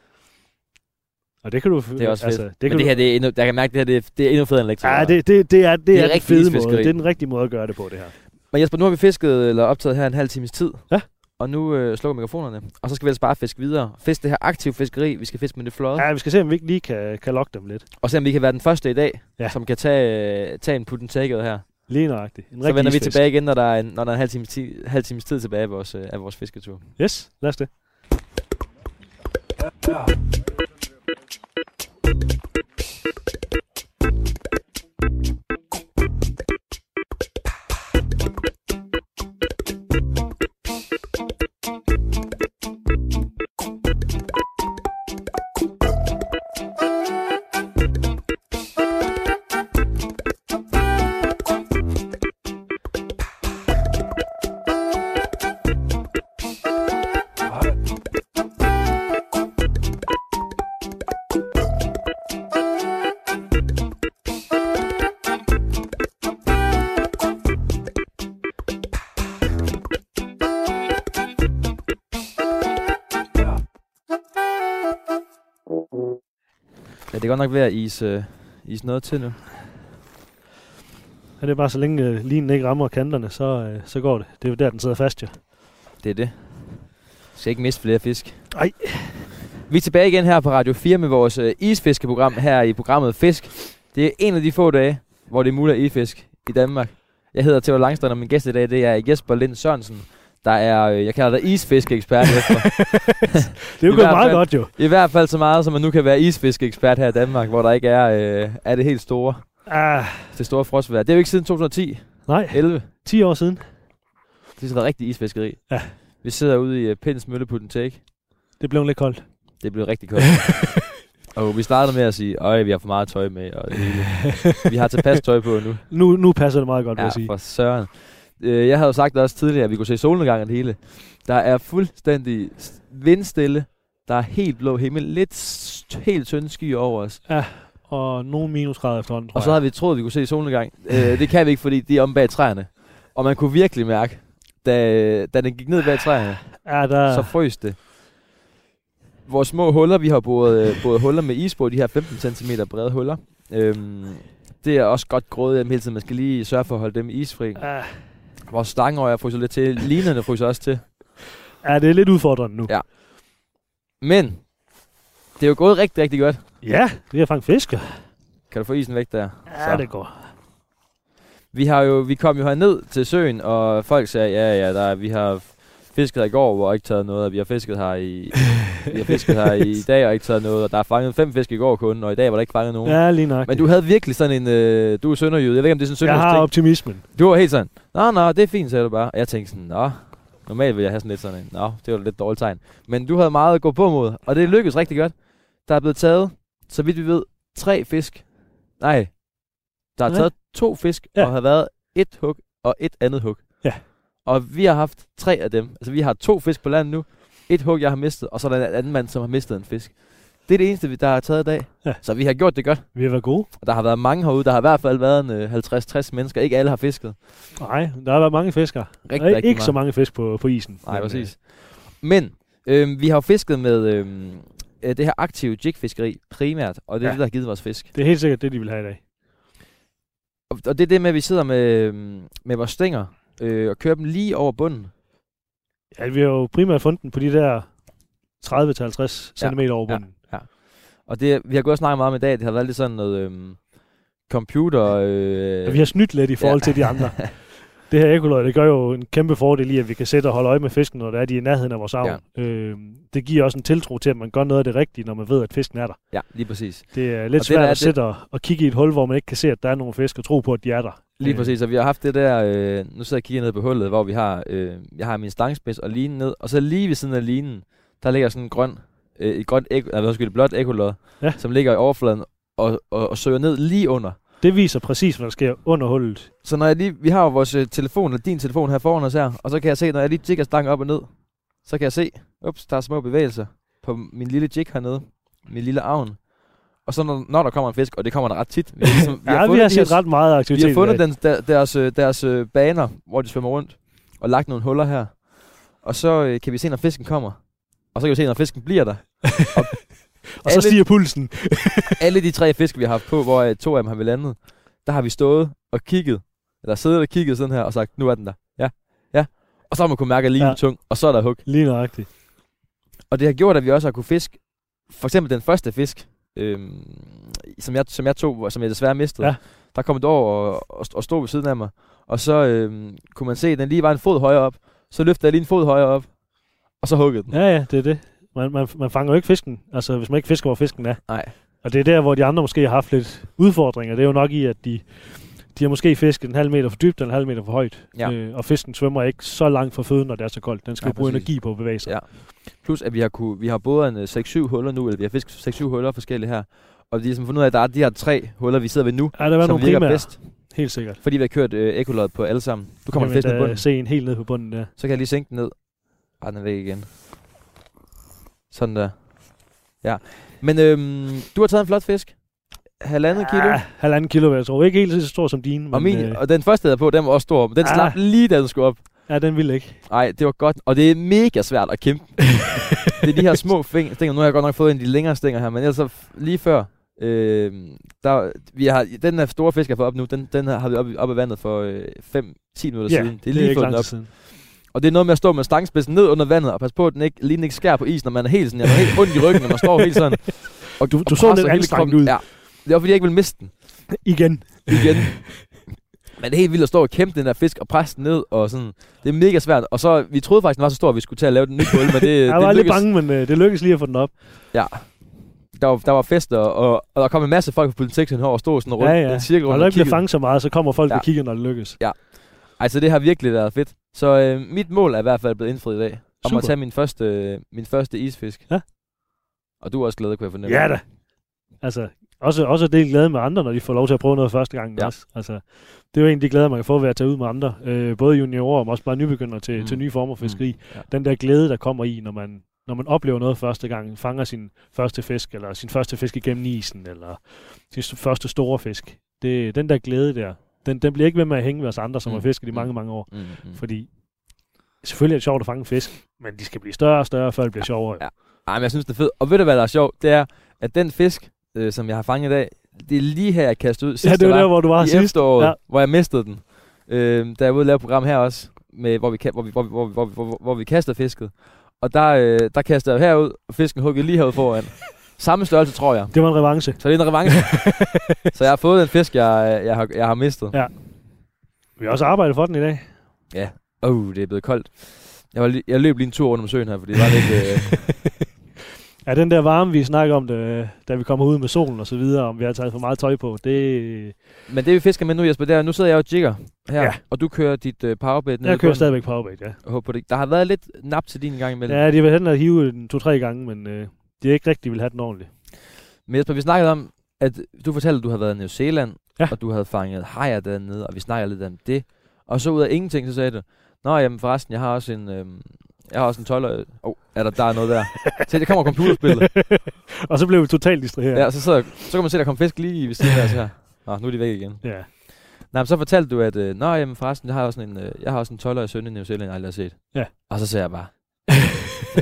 Speaker 2: Og det kan du... altså,
Speaker 1: Det er også fedt.
Speaker 2: det
Speaker 1: Men
Speaker 2: kan
Speaker 1: det
Speaker 2: du,
Speaker 1: her, det er endnu, jeg kan mærke, det her det er, det er endnu federe end elektriker.
Speaker 2: Ja, det, det, det er, det det er, er den
Speaker 1: rigtig
Speaker 2: fede
Speaker 1: isfiskeri.
Speaker 2: måde. Det er den rigtige måde at gøre det på, det her.
Speaker 1: Men Jesper, nu har vi fisket eller optaget her en halv times tid.
Speaker 2: Ja.
Speaker 1: Og nu øh, slukker mikrofonerne. Og så skal vi altså bare fiske videre. Fisk det her aktive fiskeri. Vi skal fiske med det flåde. Ja.
Speaker 2: Ja, vi skal se, om vi ikke lige kan, kan lokke dem lidt.
Speaker 1: Og se om vi kan være den første i dag,
Speaker 2: Ja.
Speaker 1: ja. som kan tage, øh, tage en put and take her.
Speaker 2: Lige nøjagtigt. En
Speaker 1: så
Speaker 2: rigtig
Speaker 1: vender vi
Speaker 2: isfisk.
Speaker 1: tilbage igen, når der er en, når der er en halv, times ti, halv times tid tilbage af vores, øh, af vores fisketur.
Speaker 2: Yes, lad os det.
Speaker 1: Ja, det er godt nok ved at is, øh, is noget til nu.
Speaker 2: Ja, det er bare, så længe øh, linen ikke rammer kanterne, så, øh, så går det. Det er jo der, den sidder fast, jo.
Speaker 1: Det er det. Vi skal ikke miste flere fisk.
Speaker 2: Ej.
Speaker 1: Vi er tilbage igen her på Radio 4 med vores øh, isfiskeprogram her i programmet Fisk. Det er en af de få dage, hvor det er muligt at ifisk i Danmark. Jeg hedder Theo Langstrøm, og min gæst i dag, det er Jesper Lind Sørensen. Der er, øh, jeg kalder dig isfiskeekspert, Jesper.
Speaker 2: Det er jo
Speaker 1: I
Speaker 2: gået
Speaker 1: hvert
Speaker 2: meget
Speaker 1: fald-
Speaker 2: godt, jo.
Speaker 1: I hvert fald så meget, som man nu kan være isfiskeekspert her i Danmark, hvor der ikke er, øh, er det helt store,
Speaker 2: Ah,
Speaker 1: det store frostvejr. Det er jo ikke siden 2010,
Speaker 2: nej,
Speaker 1: 11.
Speaker 2: 10 år siden.
Speaker 1: Det er sådan noget rigtig isfiskeri.
Speaker 2: Ja.
Speaker 1: Vi sidder ude i øh, Pins Mølle på den take.
Speaker 2: Det blev lidt koldt.
Speaker 1: Det blev rigtig koldt. og vi startede med at sige, øj, vi har for meget tøj med, og det hele. vi har tilpas tøj på nu.
Speaker 2: Nu, nu passer det meget godt, vil
Speaker 1: Ja,
Speaker 2: jeg sige.
Speaker 1: for søren. Øh, Jeg havde jo sagt det også tidligere, at vi kunne se solnedgangen og det hele. Der er fuldstændig s- vindstille. Der er helt blå himmel. Lidt s- helt tynd sky over os.
Speaker 2: Og nogle minusgrader efterhånden, tror
Speaker 1: Og så
Speaker 2: jeg.
Speaker 1: havde vi troet, at vi kunne se solnedgang. Øh, det kan vi ikke, fordi de er om bag træerne. Og man kunne virkelig mærke, da, da den gik ned bag træerne,
Speaker 2: Ja, der,
Speaker 1: så frøs det. Vores små huller, vi har boet, øh, boet huller med is på, de her 15 cm brede huller. Øhm, det er også godt grået dem hele tiden. Man skal lige sørge for at holde dem isfri.
Speaker 2: ja,
Speaker 1: Vores slangeøjer fryser lidt til. Linerne fryser også til.
Speaker 2: ja, det er lidt udfordrende nu.
Speaker 1: Ja. Men det er jo gået rigtig, rigtig godt.
Speaker 2: Ja, det er fanget fisker.
Speaker 1: Kan du få isen væk der?
Speaker 2: Ja, det går.
Speaker 1: Vi, har jo, vi kom jo ned til søen, og folk sagde, ja, ja, der, er- vi har fisket her i går og ikke taget noget, og vi har fisket her i, vi har fisket her i dag og ikke taget noget, og der er fanget fem fisk i går kun, og i dag var der ikke fanget nogen. Ja.
Speaker 2: Ja, lige nok.
Speaker 1: Men du havde virkelig sådan en, øh, du er sønderjyde, jeg ved ikke om det er sådan en
Speaker 2: jeg
Speaker 1: sønderjysk
Speaker 2: har
Speaker 1: ting.
Speaker 2: optimismen.
Speaker 1: Du var helt sådan, nå, nå, det er fint, sagde du bare. Og jeg tænkte sådan, nå, normalt vil jeg have sådan lidt sådan en, nå, det var da lidt dårligt tegn. Men du havde meget at gå på mod, og det lykkedes rigtig godt. Der er blevet taget, så vidt vi ved, tre fisk. Nej, der er
Speaker 2: Nej.
Speaker 1: taget to fisk,
Speaker 2: Ja.
Speaker 1: og har været et hug og et andet hug.
Speaker 2: Ja.
Speaker 1: Og vi har haft tre af dem. Altså, vi har to fisk på land nu. Et hug, jeg har mistet, og så er der en anden mand, som har mistet en fisk. Det er det eneste, vi- der har taget i dag.
Speaker 2: Ja.
Speaker 1: Så vi har gjort det godt.
Speaker 2: Vi har været gode.
Speaker 1: Og der har været mange herude. Der har i hvert fald været en øh, 50-60 mennesker. Ikke alle har fisket.
Speaker 2: Nej, der har været mange fiskere.
Speaker 1: Rigtig,
Speaker 2: Rigtig,
Speaker 1: rigtig
Speaker 2: ikke så
Speaker 1: meget.
Speaker 2: mange fisk på, på isen.
Speaker 1: Nej,
Speaker 2: Men, øh,
Speaker 1: præcis. Men øh, vi har jo fisket med øh, det her aktive jigfiskeri primært, og det er ja.
Speaker 2: Ja.
Speaker 1: det, der har givet vores fisk.
Speaker 2: øh, Det er helt sikkert det, de vil have i dag.
Speaker 1: Og, og det er det med, at vi sidder med, øh, med vores stænger øh, og kører dem lige over bunden.
Speaker 2: Ja, vi har jo primært fundet den på de der 30-50
Speaker 1: Ja,
Speaker 2: cm over bunden.
Speaker 1: Og det, vi har gået og snakket meget om i dag, det har været lidt sådan noget øh, computer... Øh,
Speaker 2: Ja. Vi har snydt lidt i forhold ja. til de andre. Det her ekolod, det gør jo en kæmpe fordel i, at vi kan sætte og holde øje med fisken, når der er de er i nærheden af vores avn. Ja. Øh, det giver også en tiltro til, at man gør noget af det rigtige, når man ved, at fisken er der.
Speaker 1: Ja, lige præcis.
Speaker 2: Det er lidt
Speaker 1: Og det,
Speaker 2: svært
Speaker 1: der er
Speaker 2: at
Speaker 1: det-
Speaker 2: sætte og, og kigge i et hul, hvor man ikke kan se, at der er nogle fisk, og tro på, at de er der.
Speaker 1: Lige
Speaker 2: Øh,
Speaker 1: præcis, og vi har haft det der, øh, nu sidder jeg og kigger ned på hullet, hvor vi har, øh, jeg har min stangspids og linen ned, og så lige ved siden af linen, der ligger sådan en grøn, øh, et grønt, ek- eller, undskyld, et blåt ekolod,
Speaker 2: Ja.
Speaker 1: ja. som ligger i overfladen og, og, og søger ned lige under.
Speaker 2: Det viser præcis, hvad der sker under hullet.
Speaker 1: Så når jeg lige, vi har jo vores øh, telefon, eller din telefon her foran os her, og så kan jeg se, når jeg lige jigger stangen op og ned, så kan jeg se, ups, der er små bevægelser på min lille jig hernede, min lille avn. Og så når, når der kommer en fisk, og det kommer der ret tit. Vi, har ligesom,
Speaker 2: Vi har, ja, vi
Speaker 1: fundet
Speaker 2: har
Speaker 1: de her
Speaker 2: set ret meget
Speaker 1: Vi
Speaker 2: aktivitet.
Speaker 1: har fundet
Speaker 2: i dag.
Speaker 1: den, der, deres, øh, deres øh, baner, hvor de svømmer rundt, og lagt nogle huller her. Og så øh, kan vi se, når fisken kommer. Og så kan vi se, når fisken bliver der.
Speaker 2: Og så
Speaker 1: alle-
Speaker 2: stiger pulsen.
Speaker 1: Alle de tre fisk, vi har haft på, hvor øh, to af dem har vi landet, der har vi stået og kigget, eller siddet og kigget sådan her, og sagt, nu er den der. Ja, ja. Og så har man kunne mærke, at lige
Speaker 2: Ja.
Speaker 1: ja. tung, og så er der hug.
Speaker 2: Lige nøjagtigt.
Speaker 1: Og det har gjort, at vi også har kunne fiske, for eksempel den første fisk, øhm, som, jeg, som jeg tog, og som jeg desværre mistede,
Speaker 2: Ja.
Speaker 1: ja. der kom det over og, og, og stod ved siden af mig, og så øhm, kunne man se, at den lige var en fod højere op, så løftede jeg lige en fod højere op, og så huggede den.
Speaker 2: Ja, ja, det er det. Man, man, man fanger jo ikke fisken, altså hvis man ikke fisker, hvor fisken er.
Speaker 1: Nej.
Speaker 2: Og det er der, hvor de andre måske har haft lidt udfordringer. Det er jo nok i, at de, de har måske fisket en halv meter for dybt eller en halv meter for højt.
Speaker 1: Ja.
Speaker 2: Øh, og fisken svømmer ikke så langt fra føden, når det er så koldt. Den skal
Speaker 1: Nej,
Speaker 2: jo bruge
Speaker 1: præcis.
Speaker 2: energi på at bevæge sig.
Speaker 1: Ja. Plus, at vi har, kunne, vi har både en øh, 6-7 huller nu, eller vi har fisket 6-7 huller forskellige her, og vi har ligesom fundet ud af, at der er de her tre huller, vi sidder ved nu,
Speaker 2: Ja, der var
Speaker 1: som
Speaker 2: nogle
Speaker 1: virker
Speaker 2: primære,
Speaker 1: bedst,
Speaker 2: helt sikkert.
Speaker 1: fordi vi har kørt øh, ekolod på alle sammen. Nu kommer der
Speaker 2: Jamen, øh,
Speaker 1: fisk ned i
Speaker 2: der
Speaker 1: bunden.
Speaker 2: Se en helt ned på bunden der.
Speaker 1: Så kan jeg lige sænke den ned. Ej, den er væk igen. Sådan der. Ja. Men øhm, du har taget en flot fisk. Halvandet kilo.
Speaker 2: Ah, halvanden kilo, vil jeg tror. Ikke helt så stor som din, men
Speaker 1: og, min,
Speaker 2: øh,
Speaker 1: og den første, jeg havde på, den var også stor. Men den
Speaker 2: Ah.
Speaker 1: slap lige, da den skulle op.
Speaker 2: øh, ja, den ville ikke.
Speaker 1: Nej, det var godt. Og det er mega svært at kæmpe. det er de her små fing- stænger. Nu har jeg godt nok fået en af de længere stænger her, men ellers så f- lige før... Øh, der, vi har, den her store fisk, jeg får op nu, den, den her har vi op, i- op i vandet for øh, 5-10 minutter
Speaker 2: Ja,
Speaker 1: siden. Det er lige
Speaker 2: ikke
Speaker 1: fået den
Speaker 2: lang
Speaker 1: op.
Speaker 2: tid siden.
Speaker 1: Og det er noget med at stå med stangspidsen ned under vandet og passe på, at den ikke, lige ikke skærer på isen, når man er helt sådan, jeg var helt ondt i ryggen, når man står helt sådan. Og,
Speaker 2: Du-
Speaker 1: og
Speaker 2: du så lidt
Speaker 1: presser hele
Speaker 2: anstrengt
Speaker 1: kroppen.
Speaker 2: ud.
Speaker 1: Ja. Det var fordi, jeg ikke ville miste den
Speaker 2: Igen.
Speaker 1: igen. Men det er helt vildt at stå og kæmpe den der fisk og presse den ned, og sådan. Det er mega svært. Og så, vi troede faktisk, den var så stor, at vi skulle til at lave den nye hul, men det,
Speaker 2: Jeg var
Speaker 1: Øh, det
Speaker 2: lidt
Speaker 1: lykkedes.
Speaker 2: bange, men øh, det lykkedes lige at få den op.
Speaker 1: Der var, der var fester, og, og der kom en masse folk fra politikken her og stod sådan rundt,
Speaker 2: Ja,
Speaker 1: ja,
Speaker 2: ja.
Speaker 1: ja. en cirkel
Speaker 2: Når
Speaker 1: rundt
Speaker 2: du
Speaker 1: og
Speaker 2: ikke bliver
Speaker 1: kiggede.
Speaker 2: fanget så meget, så kommer folk
Speaker 1: Ja.
Speaker 2: og kigger, når det lykkes.
Speaker 1: Altså, det har virkelig været fedt. Så øh, mit mål er i hvert fald blevet indfriet i dag. Om
Speaker 2: Super.
Speaker 1: at tage min første, øh, min første isfisk.
Speaker 2: Ja.
Speaker 1: Og du er også glad, kunne jeg fornemme.
Speaker 2: Ja da. Altså, også, også det glæde med andre, når de får lov til at prøve noget første gang.
Speaker 1: Ja.
Speaker 2: Ja. Også. Altså, det er jo en af de glæder, man kan få ved at tage ud med andre. Øh, både juniorer, men også bare nybegyndere til,
Speaker 1: Mm.
Speaker 2: mm. til nye former for fiskeri. Mm.
Speaker 1: ja.
Speaker 2: Den der glæde, der kommer i, når man, når man oplever noget første gang, fanger sin første fisk, eller sin første fisk igennem isen, eller sin s- første store fisk. Det, den der glæde der, den, den bliver ikke ved med at hænge ved os andre, som
Speaker 1: Mm.
Speaker 2: har fisket i
Speaker 1: Mm.
Speaker 2: mange, mange år.
Speaker 1: Mm, mm.
Speaker 2: Fordi selvfølgelig er det sjovt at fange en fisk, men de skal blive større og større, før det bliver sjovere.
Speaker 1: Ja. Ej, men jeg synes, det er fedt. Og ved du, hvad der er sjovt? Det er, at den fisk, øh, som jeg har fanget i dag, det er lige her, jeg kastede ud sidst.
Speaker 2: Ja, det
Speaker 1: jeg
Speaker 2: var
Speaker 1: var
Speaker 2: der, hvor du var
Speaker 1: i
Speaker 2: sidst.
Speaker 1: efteråret, ja.
Speaker 2: Ja.
Speaker 1: hvor jeg mistede den. Øh, da jeg var ude og lave et program her også, med, hvor, vi, ka- hvor, vi, hvor, vi, hvor, vi, hvor, vi, hvor, vi- hvor vi kaster fisket. Og der, øh, der kaster jeg herud, og fisken huggede lige herud foran. Samme størrelse, tror jeg.
Speaker 2: Det var en revanche.
Speaker 1: Så det er en revanche. så jeg har fået den fisk, jeg, jeg, har, jeg har mistet.
Speaker 2: Vi har også arbejdet for den i dag.
Speaker 1: Åh, oh, det er blevet koldt. Jeg, var lige, jeg løb lige en tur rundt om søen her, fordi det var lidt... Øh,
Speaker 2: Ja, den der varme, vi snakker om, det, da vi kommer ud med solen og så videre, om vi har taget for meget tøj på, det...
Speaker 1: Men det vi fisker med nu, Jesper, det er, nu sidder jeg og jigger her, ja.
Speaker 2: Ja.
Speaker 1: og du kører dit øh, powerbait ned. i
Speaker 2: Jeg kører
Speaker 1: bunden.
Speaker 2: stadigvæk powerbait, ja.
Speaker 1: Jeg håber på det. Der har været lidt nap til din gang imellem. Ja.
Speaker 2: Ja, de vil hen og hive den to-tre gange, men øh, de er ikke rigtig vil have den ordentligt.
Speaker 1: Men Jesper, vi snakkede om, at du fortalte, at du havde været i New Zealand, ja.
Speaker 2: Ja.
Speaker 1: og du havde fanget hajer dernede, og vi snakkede lidt om det. Og så ud af ingenting, så sagde du, Nå, jamen forresten, jeg har også en... Øhm, jeg har også en 12 Åh, oh, er der, der er noget der. Se, det kommer computerspillet.
Speaker 2: og så blev vi totalt distraheret.
Speaker 1: ja. ja, så, sidder, så kan man se, der kom fisk lige ved siden af os her. Nå, nu er de væk igen.
Speaker 2: ja.
Speaker 1: Nej, men så fortalte du, at øh, Nå, jamen, forresten, jeg har også en, øh, jeg har også en 12-årig søn i New Zealand, jeg aldrig har set.
Speaker 2: Ja.
Speaker 1: Og så sagde jeg bare,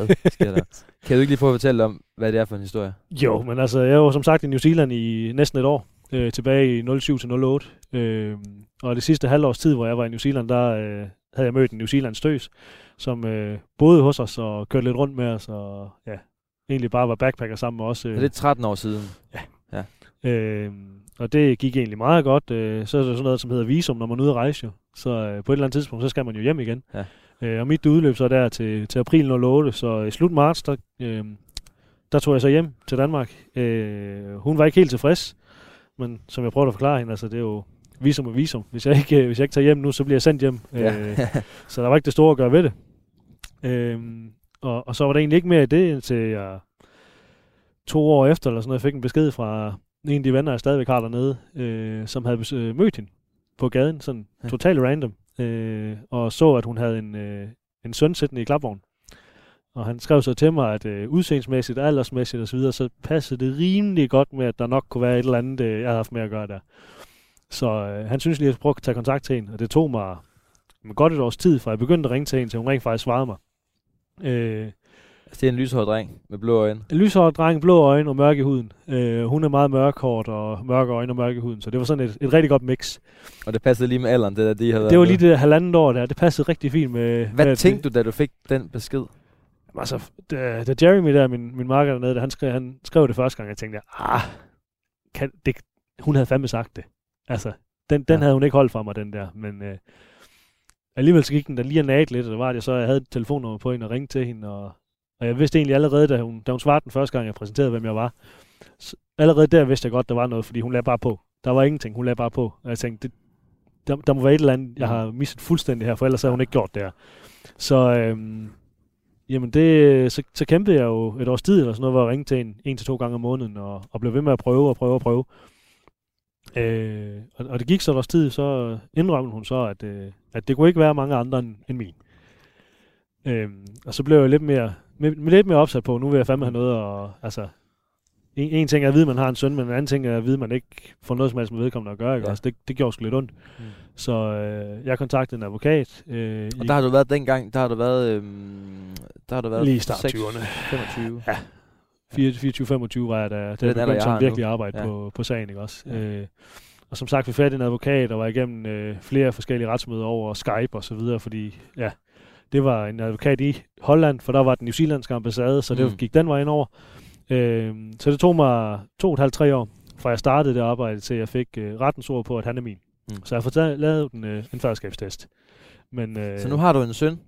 Speaker 1: hvad sker der? Kan du ikke lige få at fortælle om, hvad det er for en historie?
Speaker 2: Jo, men altså, jeg var som sagt i New Zealand i næsten et år, øh, tilbage i 07-08. Øh, og det sidste halvårs tid, hvor jeg var i New Zealand, der øh, havde jeg mødt en New Zealands tøs, som øh, boede hos os og kørte lidt rundt med os, og ja, egentlig bare var backpacker sammen med os. Øh,
Speaker 1: Det er lidt 13 år siden.
Speaker 2: Øh, og det gik egentlig meget godt. Øh, så er der sådan noget, som hedder visum, når man er ude at rejse jo. Så øh, på et eller andet tidspunkt, så skal man jo hjem igen.
Speaker 1: Ja.
Speaker 2: Øh, og mit udløb så er der til, til april 08, så i slut marts, der, øh, der tog jeg så hjem til Danmark. Øh, hun var ikke helt tilfreds, men som jeg prøvede at forklare hende, altså det er jo visum og visum. Hvis jeg ikke, øh, hvis jeg ikke tager hjem nu, så bliver jeg sendt hjem. Øh, så der var ikke det store at gøre ved det. Øh, og, og så var der egentlig ikke mere i det, indtil jeg to år efter, eller sådan noget, fik en besked fra, en af de venner, jeg stadigvæk har dernede, øh, som havde bes- øh, mødt hende på gaden, sådan
Speaker 1: Ja.
Speaker 2: ja. totalt random, øh, og så, at hun havde en, øh, en søn sættende i klapvogn. Og han skrev så til mig, at øh, udseendsmæssigt, aldersmæssigt osv., så, videre, så passede det rimelig godt med, at der nok kunne være et eller andet, øh, jeg havde haft med at gøre der. Så øh, han synes lige, at jeg skulle prøve at tage kontakt til hende, og det tog mig mm, godt et års tid, fra jeg begyndte at ringe til hende, til hun rent faktisk svarede mig. Øh,
Speaker 1: Altså, det er en lyshåret dreng med blå øjne.
Speaker 2: en lyshåret dreng, blå øjne og mørk i huden. Øh, hun er meget mørkhåret og mørke øjne og mørk i huden, så det var sådan et, et rigtig godt mix.
Speaker 1: Og det passede lige med alderen, det der, de havde
Speaker 2: Det var
Speaker 1: været
Speaker 2: lige
Speaker 1: med.
Speaker 2: det der halvandet år der, det passede rigtig fint med... med
Speaker 1: Hvad
Speaker 2: at-
Speaker 1: tænkte du, da du fik den besked?
Speaker 2: Jamen, Altså, da, da Jeremy der, min, min marker dernede, da han, skrev, han skrev det første gang, jeg tænkte, ah, kan, det, hun havde fandme sagt det. Altså, den, den
Speaker 1: Ja.
Speaker 2: ja. havde hun ikke holdt fra mig, den der, men... Øh, alligevel så gik den der lige og nagte lidt, og det var, at jeg så jeg havde et telefonnummer på hende og ringte til hende, og, og jeg vidste egentlig allerede, da hun, da hun svarede den første gang, jeg præsenterede, hvem jeg var, så, allerede der vidste jeg godt, der var noget, fordi hun lagde bare på. Der var ingenting, hun lagde bare på. Og jeg tænkte, det, der, der må være et eller andet, jeg har misset fuldstændig her, for ellers havde hun ikke gjort det her. Så, øhm, jamen det, så, så kæmpede jeg jo et års tid, eller sådan noget, hvor jeg ringte til en, en til to gange om måneden, og, og blev ved med at prøve og prøve og prøve. Øh, og, og det gik så et års tid, så indrømte hun så, at, øh, at det kunne ikke være mange andre end, end min. Øh, og så blev jeg lidt mere, med, med lidt mere opsat på, nu vil jeg fandme have noget, og altså, en, en ting er at vide, at man har en søn, men en anden ting er at vide, at man ikke får noget som helst med vedkommende at gøre. Ikke?
Speaker 1: Ja.
Speaker 2: Ja. Altså, det, det gjorde sgu lidt ondt.
Speaker 1: Mm.
Speaker 2: Mm. Så øh, jeg kontaktede en advokat. Øh,
Speaker 1: Og
Speaker 2: i-
Speaker 1: der har du været dengang, der har du været... Øhm, der har du været
Speaker 2: Lige i start
Speaker 1: 6,
Speaker 2: 20'erne.
Speaker 1: 25.
Speaker 2: Ja. 24-25 var jeg, da, da jeg
Speaker 1: den alder, jeg
Speaker 2: begyndte
Speaker 1: har
Speaker 2: sådan
Speaker 1: nu.
Speaker 2: virkelig at arbejde
Speaker 1: Ja.
Speaker 2: ja. på, på sagen. Ikke også?
Speaker 1: Ja.
Speaker 2: Ja. Øh, og som sagt, vi fik en advokat og var igennem øh, flere forskellige retsmøder over Skype og så videre, fordi ja, det var en advokat i Holland, for der var den newzealandske ambassade, så det
Speaker 1: Mm.
Speaker 2: mm. gik den vej ind over. Øh, så det tog mig to og et halvt, tre år, fra jeg startede det arbejde, til jeg fik øh, rettens ord på, at han er min.
Speaker 1: Mm.
Speaker 2: Så jeg har fået taget- lavet en, øh, en faderskabstest. Men øh,
Speaker 1: Så nu har du en søn,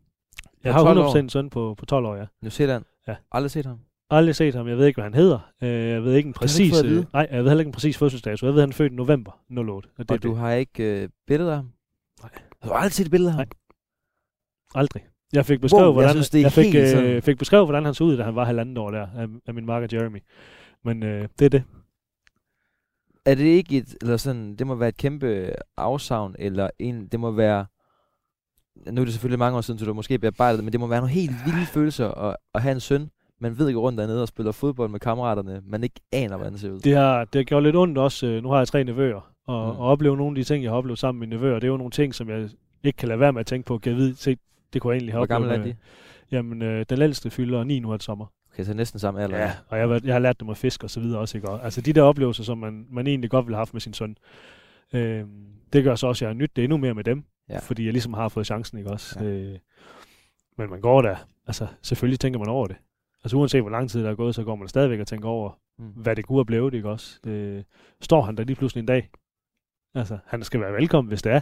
Speaker 2: jeg har
Speaker 1: 12
Speaker 2: jo
Speaker 1: år.
Speaker 2: 100% en søn på, på 12 år, ja.
Speaker 1: New Zealand.
Speaker 2: Ja.
Speaker 1: Aldrig set ham.
Speaker 2: Aldrig set ham. Jeg ved ikke, hvad han hedder. Øh, jeg ved ikke en
Speaker 1: har du
Speaker 2: præcis...
Speaker 1: ikke fået at
Speaker 2: øh,
Speaker 1: vide?
Speaker 2: nej, jeg ved heller ikke en præcis fødselsdato. Jeg ved, at han er født i november 08. Og det
Speaker 1: Det,
Speaker 2: er
Speaker 1: og du
Speaker 2: det.
Speaker 1: har ikke øh, billedet af ham?
Speaker 2: Nej.
Speaker 1: Har du aldrig set et billede af ham?
Speaker 2: Nej. Aldrig. Jeg fik beskrevet,
Speaker 1: Wow, jeg
Speaker 2: hvordan,
Speaker 1: synes, det er
Speaker 2: jeg fik,
Speaker 1: helt sådan.
Speaker 2: øh, fik beskrevet, hvordan han så ud, da han var halvandet år der, af, af min marker Jeremy. Men øh, det er det.
Speaker 1: Er det ikke et, eller sådan, det må være et kæmpe afsavn, eller en, det må være, nu er det selvfølgelig mange år siden, så du måske bearbejdet det, men det må være nogle helt vilde følelser at, at have en søn, man ved ikke rundt dernede og spiller fodbold med kammeraterne, man ikke aner, hvordan det ser ud.
Speaker 2: Det har, det har gjort lidt ondt også. øh, Nu har jeg tre nevøer, og,
Speaker 1: Mm.
Speaker 2: mm. og opleve nogle af de ting, jeg har oplevet sammen med mine nevøer. Det er jo nogle ting, som jeg ikke kan lade være med at tænke på. Kan jeg vide, se, det kunne jeg egentlig have
Speaker 1: Hvor gammel
Speaker 2: oplevet.
Speaker 1: er
Speaker 2: med-
Speaker 1: de?
Speaker 2: Jamen, øh, den ældste fylder 9 nu her til sommer.
Speaker 1: Okay, så næsten samme alder.
Speaker 2: Ja, og jeg, har været- jeg har lært dem at fiske og så videre også, ikke? Og, altså de der oplevelser, som man, man egentlig godt ville have haft med sin søn, øh, det gør så også, at jeg har nydt det endnu mere med dem,
Speaker 1: Ja.
Speaker 2: ja. fordi jeg ligesom har fået chancen, ikke også?
Speaker 1: Ja.
Speaker 2: Ja. Øh, men man går der, altså selvfølgelig tænker man over det. Altså uanset hvor lang tid der er gået, så går man stadigvæk og tænker over,
Speaker 1: Mm.
Speaker 2: hvad det kunne have blevet, ikke også? Øh, står han der lige pludselig en dag? Altså, han skal være velkommen, hvis det er,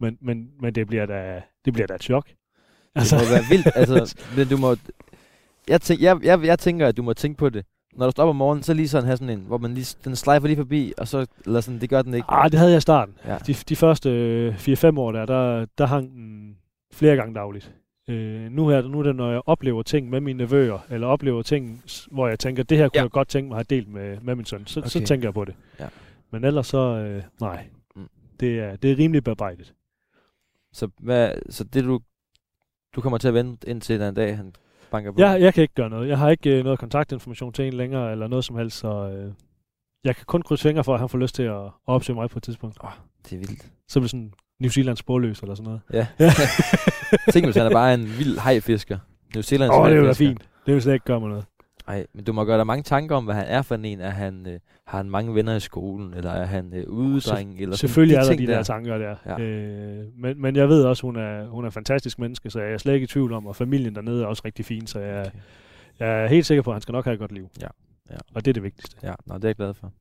Speaker 2: men, men, men det, bliver da, det bliver da et chok. Altså,
Speaker 1: Det må være vildt, altså, men du må, jeg, tænk, jeg, jeg, jeg tænker, at du må tænke på det. Når du står op om morgenen, så lige sådan have sådan en, hvor man lige, den slejfer lige forbi, og så, eller sådan, det gør den ikke.
Speaker 2: Ah, det havde jeg i starten.
Speaker 1: Ja.
Speaker 2: Ja. De, de første øh, 4-5 år der, der, der hang den flere gange dagligt. Øh, nu, her, nu er det, når jeg oplever ting med mine nevøer, eller oplever ting, s- hvor jeg tænker, det her kunne
Speaker 1: Ja.
Speaker 2: ja. jeg godt tænke mig at have delt med, med min søn, så, okay. så
Speaker 1: Okay.
Speaker 2: tænker jeg på det.
Speaker 1: Ja.
Speaker 2: Men ellers så, øh, nej,
Speaker 1: Mm.
Speaker 2: mm. det, er, det er rimelig bearbejdet.
Speaker 1: Så, hvad, så det du, du kommer til at vente indtil den dag, han banker på?
Speaker 2: Jeg, jeg kan ikke gøre noget. Jeg har ikke øh, noget kontaktinformation til en længere, eller noget som helst, så øh, jeg kan kun krydse fingre for, at han får lyst til at, at opsøge mig på et tidspunkt.
Speaker 1: Det er vildt.
Speaker 2: Så bliver sådan New Zealand sporløs, eller sådan noget.
Speaker 1: Ja. Tænk, hvis han er bare en vild hajfisker. New Zealand
Speaker 2: Åh, oh, det er jo fint. Det vil slet ikke gøre mig noget.
Speaker 1: Nej, men du må gøre dig mange tanker om, hvad han er for en. Er han, øh, har han mange venner i skolen, eller er han øh, udedreng? Eller sådan
Speaker 2: Selvfølgelig
Speaker 1: de
Speaker 2: er der
Speaker 1: ting
Speaker 2: de der, tanker der.
Speaker 1: Ja.
Speaker 2: Ja. Øh, men, men jeg ved også, hun er, hun er en fantastisk menneske, så jeg er slet ikke i tvivl om, og familien dernede er også rigtig fin, så jeg,
Speaker 1: Okay.
Speaker 2: jeg er helt sikker på, at han skal nok have et godt liv.
Speaker 1: Ja. Ja.
Speaker 2: Og det er det vigtigste.
Speaker 1: Ja, nå, det er jeg glad for.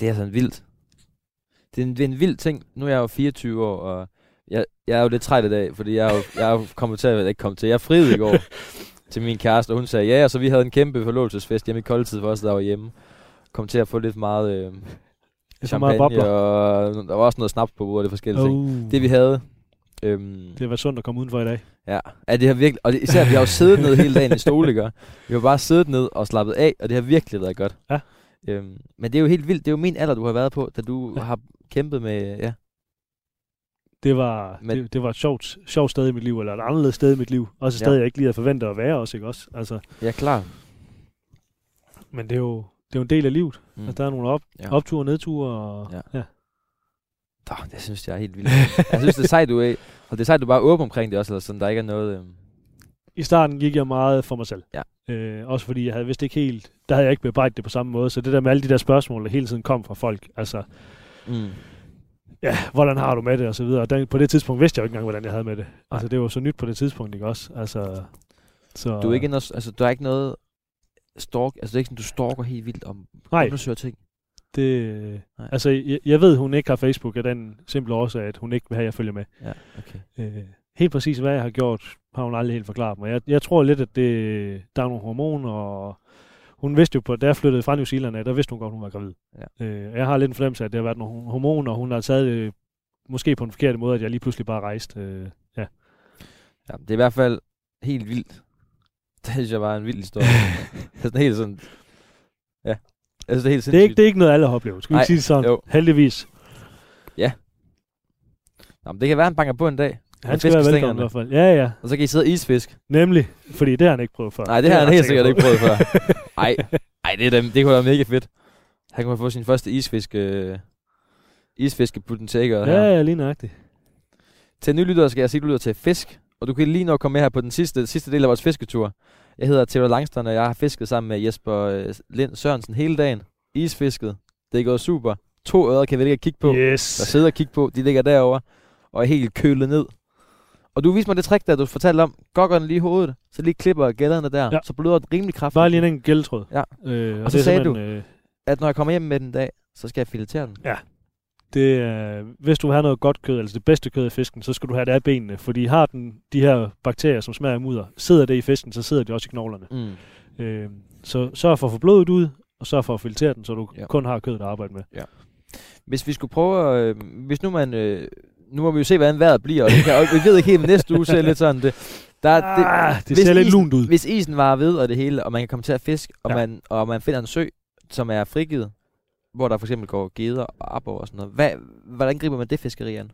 Speaker 1: Det er sådan vildt. Det er, en, det er en vild ting. Nu er jeg jo 24 år, og jeg, jeg er jo lidt træt i dag, fordi jeg er jo, jeg er jo kommet til, eller ikke kommet til, jeg friede i går til min kæreste, og hun sagde ja, og så vi havde en kæmpe forlovelsesfest hjemme i koldtid for os, der var hjemme. Kom til at få lidt for meget øh,
Speaker 2: Det er så meget
Speaker 1: champagne,
Speaker 2: bobler.
Speaker 1: og der var også noget snaps på bordet, det forskellige oh. ting. Det vi havde, øhm,
Speaker 2: det har været sundt at komme udenfor i dag.
Speaker 1: Ja, ja det har virkelig, og det, især vi har jo siddet ned hele dagen i stole, ikke? Vi har bare siddet ned og slappet af, og det har virkelig været godt.
Speaker 2: Ja.
Speaker 1: Øhm, men det er jo helt vildt, det er jo min alder, du har været på, da du ja.
Speaker 2: Ja.
Speaker 1: har kæmpet med, ja.
Speaker 2: Det var,
Speaker 1: Men-
Speaker 2: men, det, det var et sjovt, sjovt sted i mit liv, eller et anderledes sted i mit liv. Også et
Speaker 1: Ja.
Speaker 2: sted, jeg ikke lige havde forventet at være også, ikke også? Altså,
Speaker 1: Ja, klar.
Speaker 2: men det er jo det er jo en del af livet.
Speaker 1: Mm.
Speaker 2: Mm. Altså, der er nogle op,
Speaker 1: Ja.
Speaker 2: ja. opture og nedture. Og,
Speaker 1: Ja.
Speaker 2: ja. Ja.
Speaker 1: Nå, det synes jeg er helt vildt. jeg synes, det er sejt, du er, og det er sejt, du bare er åben omkring det også, eller sådan, der ikke er noget, øhm,
Speaker 2: I starten gik jeg meget for mig selv.
Speaker 1: Ja.
Speaker 2: Øh, også fordi jeg havde vist ikke helt, der havde jeg ikke bearbejdet det på samme måde, så det der med alle de der spørgsmål, der hele tiden kom fra folk, altså,
Speaker 1: mm.
Speaker 2: ja, hvordan har du med det, og så videre. Og den, på det tidspunkt vidste jeg jo ikke engang, hvordan jeg havde med det. Altså, det var så nyt på det tidspunkt, ikke også? Altså, så,
Speaker 1: Du er ikke noget, altså, der er ikke noget stalk, altså det er ikke sådan, du stalker helt vildt om,
Speaker 2: Nej,
Speaker 1: du søger ting.
Speaker 2: det,
Speaker 1: Nej.
Speaker 2: altså, jeg, jeg ved, hun ikke har Facebook af den simple årsag, at hun ikke vil have, at jeg følger med.
Speaker 1: Ja, okay.
Speaker 2: Øh, helt præcis, hvad jeg har gjort, har hun aldrig helt forklaret mig. Jeg, jeg tror lidt, at det, der er nogle hormoner, og hun vidste jo, på, da jeg flyttede fra New Zealand af, der vidste hun godt, hun var gravid. Ja. Øh, og jeg har lidt en fornemmelse af, at det har været nogle hormoner, og hun har taget det måske på en forkert måde, at jeg lige pludselig bare rejste. Øh, ja.
Speaker 1: Ja, det er i hvert fald helt vildt. Det synes jeg bare er en vild historie. altså sådan helt sådan... Ja. Altså det er helt sindssygt.
Speaker 2: det, er ikke, det er ikke noget, alle har oplevet. Skal vi
Speaker 1: Nej,
Speaker 2: ikke sige det sådan?
Speaker 1: jo.
Speaker 2: Heldigvis.
Speaker 1: Nå, men det kan være, han banker på en dag.
Speaker 2: Han skal være velkommen i hvert fald. Ja, ja.
Speaker 1: Og så kan I sidde og isfisk.
Speaker 2: Nemlig. Fordi det har han ikke prøvet før.
Speaker 1: Nej, det har
Speaker 2: er
Speaker 1: han
Speaker 2: jeg
Speaker 1: helt
Speaker 2: sikker
Speaker 1: sikkert ikke
Speaker 2: på.
Speaker 1: prøvet før. Nej, nej, det, er da- det kunne være mega fedt. Han kunne få sin første isfisk... Øh, isfiske putten taker her.
Speaker 2: Ja, ja, lige nøjagtigt.
Speaker 1: Til nylyttere skal jeg sige, at du lytter til fisk, og du kan lige nå at komme med her på den sidste, sidste del af vores fisketur. Jeg hedder Theodor Langstrøm, og jeg har fisket sammen med Jesper øh, Lind Sørensen hele dagen. Isfisket. Det er gået super. To ører kan vi ligge og kigge på. Yeah. Der
Speaker 2: Yes.
Speaker 1: sidder og kigge på, de ligger derovre og er helt kølet ned. Og du viste mig det trick, der du fortalte om. Gokkerne lige i hovedet, så lige klipper gælderne der, ja.
Speaker 2: Ja.
Speaker 1: så bløder den rimelig kraftigt.
Speaker 2: Bare lige en enkelt gældtråd.
Speaker 1: Ja.
Speaker 2: Øh, og,
Speaker 1: så
Speaker 2: det er
Speaker 1: sagde
Speaker 2: simpelthen, Øh,
Speaker 1: At når jeg kommer hjem med den i dag, så skal jeg filetere den.
Speaker 2: Ja. det, øh, hvis du vil have noget godt kød, altså det bedste kød i fisken, så skal du have det af benene, fordi har den de her bakterier, som smager af mudder, sidder det i fisken, så sidder det også i knoglerne.
Speaker 1: Mm.
Speaker 2: Øh, så sørg for at få blodet ud, og sørg for at filtrere den, så du
Speaker 1: Ja.
Speaker 2: ja. kun har kødet at arbejde med.
Speaker 1: Hvis vi skulle prøve at... Øh, hvis nu man... Øh, nu må vi jo se, hvordan vejret bliver. Og, det kan, og vi ved ikke helt, men næste uge ser lidt sådan det. Der, er- det
Speaker 2: Ah, det
Speaker 1: hvis
Speaker 2: ser lidt
Speaker 1: isen-
Speaker 2: lunt ud.
Speaker 1: Hvis isen var ved og det hele, og man kan komme til at fiske, og, ja.
Speaker 2: Ja.
Speaker 1: man, og man finder en sø, som er frigivet, hvor der for eksempel går geder og abor og sådan noget. Hvad, hvordan griber man det fiskeri an?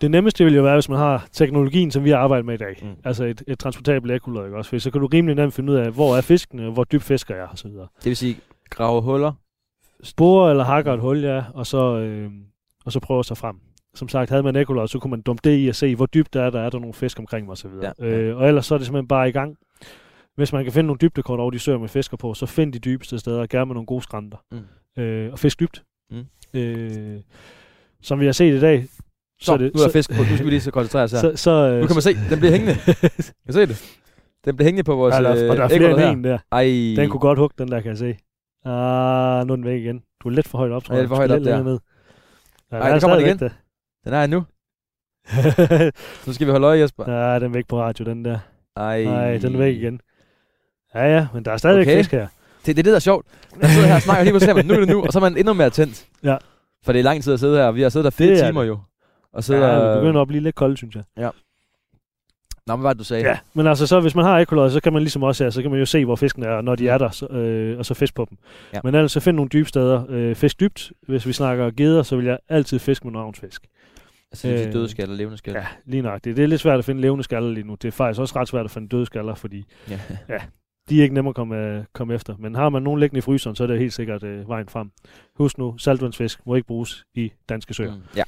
Speaker 2: Det nemmeste vil jo være, hvis man har teknologien, som vi har arbejdet med i dag.
Speaker 1: Mm.
Speaker 2: Mm. Altså et, et transportabelt ægkulør, ikke også? Fordi så kan du rimelig nemt finde ud af, hvor er fiskene, og hvor dybt fisker jeg, osv.
Speaker 1: Det vil sige, grave huller.
Speaker 2: Sporer eller hakker et hul, ja, og så, øh, og så prøver sig frem. Som sagt, havde man ægkulør, så kunne man dumpe det i og se, hvor dybt der er, der er der nogle fisk omkring mig, osv.
Speaker 1: Ja, ja.
Speaker 2: Ja. Øh, og ellers så er det simpelthen bare i gang. Hvis man kan finde nogle dybdekort over de søer med fisker på, så find de dybeste steder, og gerne med nogle gode skrænter.
Speaker 1: Mm.
Speaker 2: Øh, og fisk dybt.
Speaker 1: Mm.
Speaker 2: Øh, som vi har set i dag,
Speaker 1: Så, så det, nu er der fisk på. Nu skal vi lige så koncentrere os her.
Speaker 2: så, så, øh,
Speaker 1: nu kan man se, den bliver hængende. Kan du se det? Den bliver hængende på vores
Speaker 2: Ja, der, er- og der er flere
Speaker 1: æggeruller her.
Speaker 2: end en der.
Speaker 1: Ej,
Speaker 2: Den kunne godt hugge, den der, kan jeg se. Ah, nu er den væk igen. Du er lidt for højt op, tror
Speaker 1: Ja,
Speaker 2: jeg.
Speaker 1: lidt
Speaker 2: Du
Speaker 1: for højt
Speaker 2: skal
Speaker 1: op
Speaker 2: lidt
Speaker 1: der.
Speaker 2: længere Ned. Ja,
Speaker 1: Ej,
Speaker 2: der
Speaker 1: der kommer den
Speaker 2: stadigvæk
Speaker 1: den er her nu. Nu skal vi holde øje, Jesper.
Speaker 2: der. ja, den er væk på radio, den der.
Speaker 1: Ej,
Speaker 2: Nej, den er væk igen. Ja, ja, men der er stadigvæk
Speaker 1: Okay.
Speaker 2: okay. fisk her.
Speaker 1: Det, det er det, der er sjovt. Man sidder her og snakker lige pludselig, men nu er det nu, og så er man endnu mere tændt.
Speaker 2: Ja.
Speaker 1: For det er lang tid at sidde her, og vi har siddet her fire
Speaker 2: Det er
Speaker 1: timer jo. Og
Speaker 2: Så,
Speaker 1: sidder...
Speaker 2: ja, vi begynder at blive lidt kolde, synes jeg.
Speaker 1: Nå, men hvad var det, du sagde?
Speaker 2: Ja, men altså så, hvis man har ekologer, så kan man ligesom også her, så kan man jo se, hvor fisken er, når de er der, så, øh, og så fisk på dem.
Speaker 1: Ja.
Speaker 2: Ja. Men ellers så find nogle dybe steder. Øh, fisk dybt. Hvis vi snakker geder, så vil jeg altid fiske med en ravnsfisk.
Speaker 1: Altså, det er
Speaker 2: Øh,
Speaker 1: døde skaller, levende skaller.
Speaker 2: Ja, lige nøjagtigt. Det er lidt svært at finde levende skaller lige nu. Det er faktisk også ret svært at finde døde skaller, fordi
Speaker 1: ja.
Speaker 2: de er ikke nemme at komme, øh, komme efter. Men har man nogen liggende i fryseren, så er det helt sikkert øh, vejen frem. Husk nu, saltvandsfisk må ikke bruges i danske søer.
Speaker 1: Mm. ja.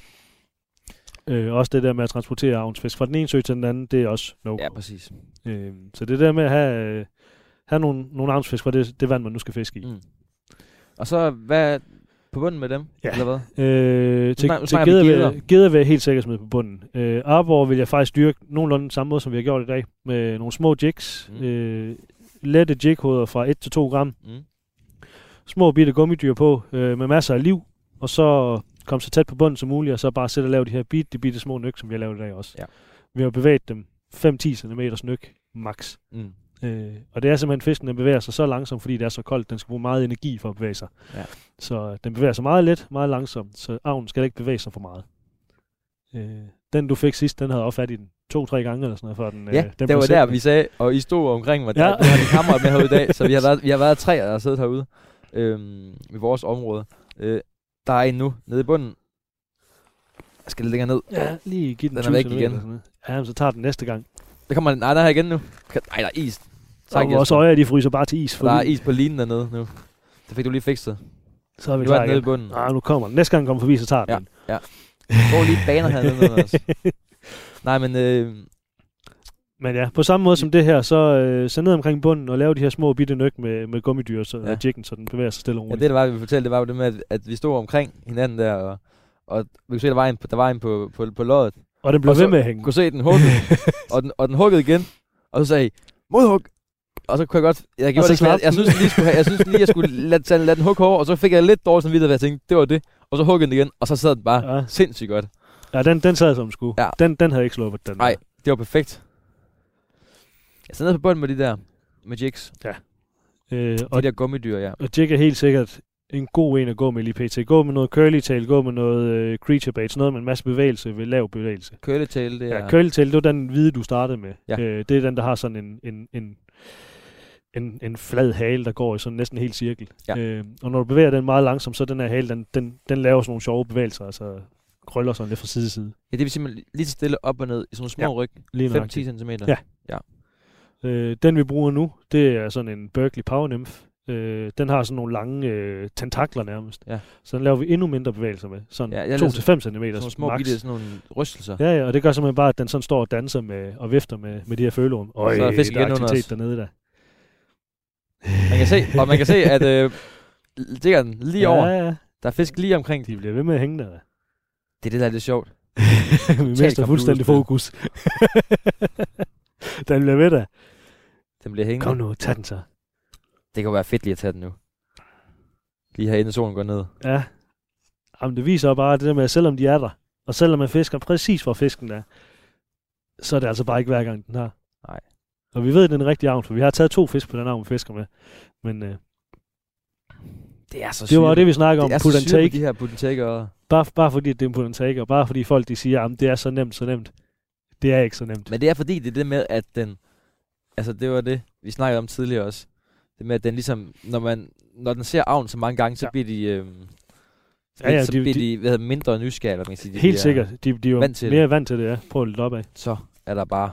Speaker 2: Mm. Øh, også det der med at transportere avnsfisk fra den ene sø til den anden, det er også no.
Speaker 1: ja, præcis.
Speaker 2: Ja. Øh, så det der med at have, øh, have nogle, nogle avnsfisk fra det, det vand, man nu skal fiske i.
Speaker 1: Mm. Og så, hvad er på bunden med dem?
Speaker 2: Ja.
Speaker 1: Eller hvad?
Speaker 2: Øh, til,
Speaker 1: snakker- nu
Speaker 2: til
Speaker 1: snakker vi
Speaker 2: geder, vil,
Speaker 1: geder.
Speaker 2: jeg- geder vil jeg helt sikkert smide på bunden. Øh, Arbor vil jeg faktisk dyrke nogenlunde samme måde, som vi har gjort i dag, med nogle små jigs.
Speaker 1: Mm.
Speaker 2: Mm. Øh, lette jighoveder fra 1 til 2 gram.
Speaker 1: Mm.
Speaker 2: Små bitte gummidyr på, øh, med masser af liv. Og så komme så tæt på bunden som muligt, og så bare sætte og lave de her bitte, bitte små nyk, som vi har lavet i dag også.
Speaker 1: Ja.
Speaker 2: Vi har bevæget dem 5-10 cm nyk max.
Speaker 1: Mm.
Speaker 2: Øh, og det er simpelthen fisken, der bevæger sig så langsomt, fordi det er så koldt. Den skal bruge meget energi for at bevæge sig.
Speaker 1: Ja.
Speaker 2: Så øh, den bevæger sig meget let, meget langsomt, så avnen skal ikke bevæge sig for meget. Øh, den du fik sidst, den havde også fat i den to-tre gange eller sådan noget, før den, øh,
Speaker 1: Ja,
Speaker 2: den
Speaker 1: det
Speaker 2: blev
Speaker 1: var
Speaker 2: sat
Speaker 1: der,
Speaker 2: ned.
Speaker 1: vi sagde, og I stod omkring mig. Der,
Speaker 2: Ja.
Speaker 1: ja. har vi kammerat med herude i dag, så vi har været, vi har været tre, der har siddet herude øhm, i vores område. Øh, der er en nu, nede i bunden. Jeg skal lidt længere ned.
Speaker 2: Ja, lige give den,
Speaker 1: Den er
Speaker 2: 20
Speaker 1: væk
Speaker 2: centimeter
Speaker 1: igen.
Speaker 2: eller sådan noget. Ja, men så tager den næste gang.
Speaker 1: Der kommer nej, der er igen nu. Kan- Nej, der er is. Tak,
Speaker 2: og vores
Speaker 1: Jesper.
Speaker 2: øjer, de fryser bare til is,
Speaker 1: Der er
Speaker 2: fordi
Speaker 1: is på linen dernede nu. Det fik du lige fikset.
Speaker 2: så er vi
Speaker 1: Nu er
Speaker 2: klar
Speaker 1: den nede i
Speaker 2: igen.
Speaker 1: bunden.
Speaker 2: Nej, nu kommer den. Næste gang den kommer forbi, så tager den.
Speaker 1: Ja. Går lige baner hernede, Anders. Nej, men øh,
Speaker 2: Men ja, på samme måde
Speaker 1: Mm.
Speaker 2: som det her, så, øh, så ned omkring bunden og lave de her små bitte nøk med, med gummidyr så,
Speaker 1: Ja.
Speaker 2: ja. og jiggen, så den bevæger sig stille og
Speaker 1: ja,
Speaker 2: roligt.
Speaker 1: det, der var, vi fortalte, det var jo det med, at, at vi stod omkring hinanden der, og, og vi kunne se, der var en, på- der var en på, på, på loddet.
Speaker 2: og den blev
Speaker 1: og så-
Speaker 2: ved med at
Speaker 1: Vi
Speaker 2: hænge.
Speaker 1: kunne se, den huggede, og den, og den huggede igen, og så sagde I, modhug! Og så kunne jeg godt, jeg gjorde
Speaker 2: så
Speaker 1: det, ikke, men jeg,
Speaker 2: slap
Speaker 1: jeg, synes lige, skulle have, jeg synes lige, jeg skulle lade, tage- lade den hugge hårdere, og så fik jeg lidt dårligt samvittighed, ved at tænke, det var det. Og så huggede den igen, og så sad den bare
Speaker 2: Ja.
Speaker 1: sindssygt godt.
Speaker 2: Ja, den, den sad som den skulle.
Speaker 1: Ja.
Speaker 2: Ja. Den, den havde ikke sluppet, den.
Speaker 1: Nej, det var perfekt. Jeg sad nede på bunden med de der med jigs.
Speaker 2: der. Øh,
Speaker 1: Og
Speaker 2: og,
Speaker 1: de der gummidyr, ja.
Speaker 2: og Jig er helt sikkert en god en at gå med lige pt. Gå med noget curly tail, gå med noget øh, creature bait, sådan noget med en masse bevægelse ved lav bevægelse.
Speaker 1: Køletail, det
Speaker 2: Ja,
Speaker 1: er...
Speaker 2: ja curly tail, det var den hvide, du startede med.
Speaker 1: Ja.
Speaker 2: Øh, det er den, der har sådan en, en, en, en, en flad hale, der går i sådan næsten en hel cirkel.
Speaker 1: Ja.
Speaker 2: Øh, og når du bevæger den meget langsomt, så den her hale, den, den, den laver sådan nogle sjove bevægelser, altså krøller sådan lidt fra side til side.
Speaker 1: ja, det vil sige, man lige så stille op og ned i sådan nogle små ja. ryg.
Speaker 2: Lige nøjagtigt.
Speaker 1: 5-10 cm.
Speaker 2: Ja. Øh, den vi bruger nu, det er sådan en Berkeley Power Nymph. Øh, den har sådan nogle lange øh, tentakler nærmest.
Speaker 1: Ja.
Speaker 2: Så den laver vi endnu mindre bevægelser med. Sådan
Speaker 1: Ja, jeg
Speaker 2: ja,
Speaker 1: lavede
Speaker 2: 2-5 cm
Speaker 1: Sådan nogle små
Speaker 2: max.
Speaker 1: bitte, sådan nogle rystelser. Ja.
Speaker 2: Ja, ja, og det gør simpelthen bare, at den sådan står og danser med, og vifter med, med de her følerum. Og
Speaker 1: Så er
Speaker 2: der
Speaker 1: fisken
Speaker 2: er
Speaker 1: igen under os.
Speaker 2: aktivitet dernede der.
Speaker 1: Man kan se, og man kan se, at øh, diggeren lige
Speaker 2: ja,
Speaker 1: over,
Speaker 2: Ja,
Speaker 1: der er fisk lige omkring.
Speaker 2: de bliver ved med at hænge der.
Speaker 1: Det er det, der er lidt sjovt.
Speaker 2: Vi mister fuldstændig fokus. den bliver ved der.
Speaker 1: Den bliver hængende.
Speaker 2: Kom nu, tag den så.
Speaker 1: Det kan jo være fedt lige at tage den nu. Lige herinde, solen går ned.
Speaker 2: Ja. Jamen, det viser jo bare det der med, at selvom de er der, og selvom man fisker præcis, hvor fisken er, så er det altså bare ikke hver gang, den har.
Speaker 1: Nej.
Speaker 2: Og vi ved, at det er en rigtig avn, for vi har taget to fisk på den avn, vi fisker med. Men øh,
Speaker 1: Det er så
Speaker 2: det var jo det, vi snakkede om,
Speaker 1: det er
Speaker 2: put
Speaker 1: så
Speaker 2: and
Speaker 1: syret med
Speaker 2: take.
Speaker 1: de her put and take og...
Speaker 2: Bare, bare fordi, at det er en put and take, og bare fordi folk de siger, at det er så nemt, så nemt. Det er ikke så nemt.
Speaker 1: Men det er fordi, det er det med, at den... Altså, det var det, vi snakkede om tidligere også. Det med, at den ligesom... Når, man, når den ser avn så mange gange,
Speaker 2: Ja.
Speaker 1: så ja. bliver de... Øhm, så,
Speaker 2: Ja, ja,
Speaker 1: så
Speaker 2: de-
Speaker 1: bliver
Speaker 2: de-
Speaker 1: de, hvad hedder, mindre nysgerrige, eller man kan sige. De
Speaker 2: Helt
Speaker 1: bliver-
Speaker 2: sikkert. De, de er jo
Speaker 1: vant til
Speaker 2: mere vant til det, ja. Prøv at lidt op af.
Speaker 1: Så er der bare...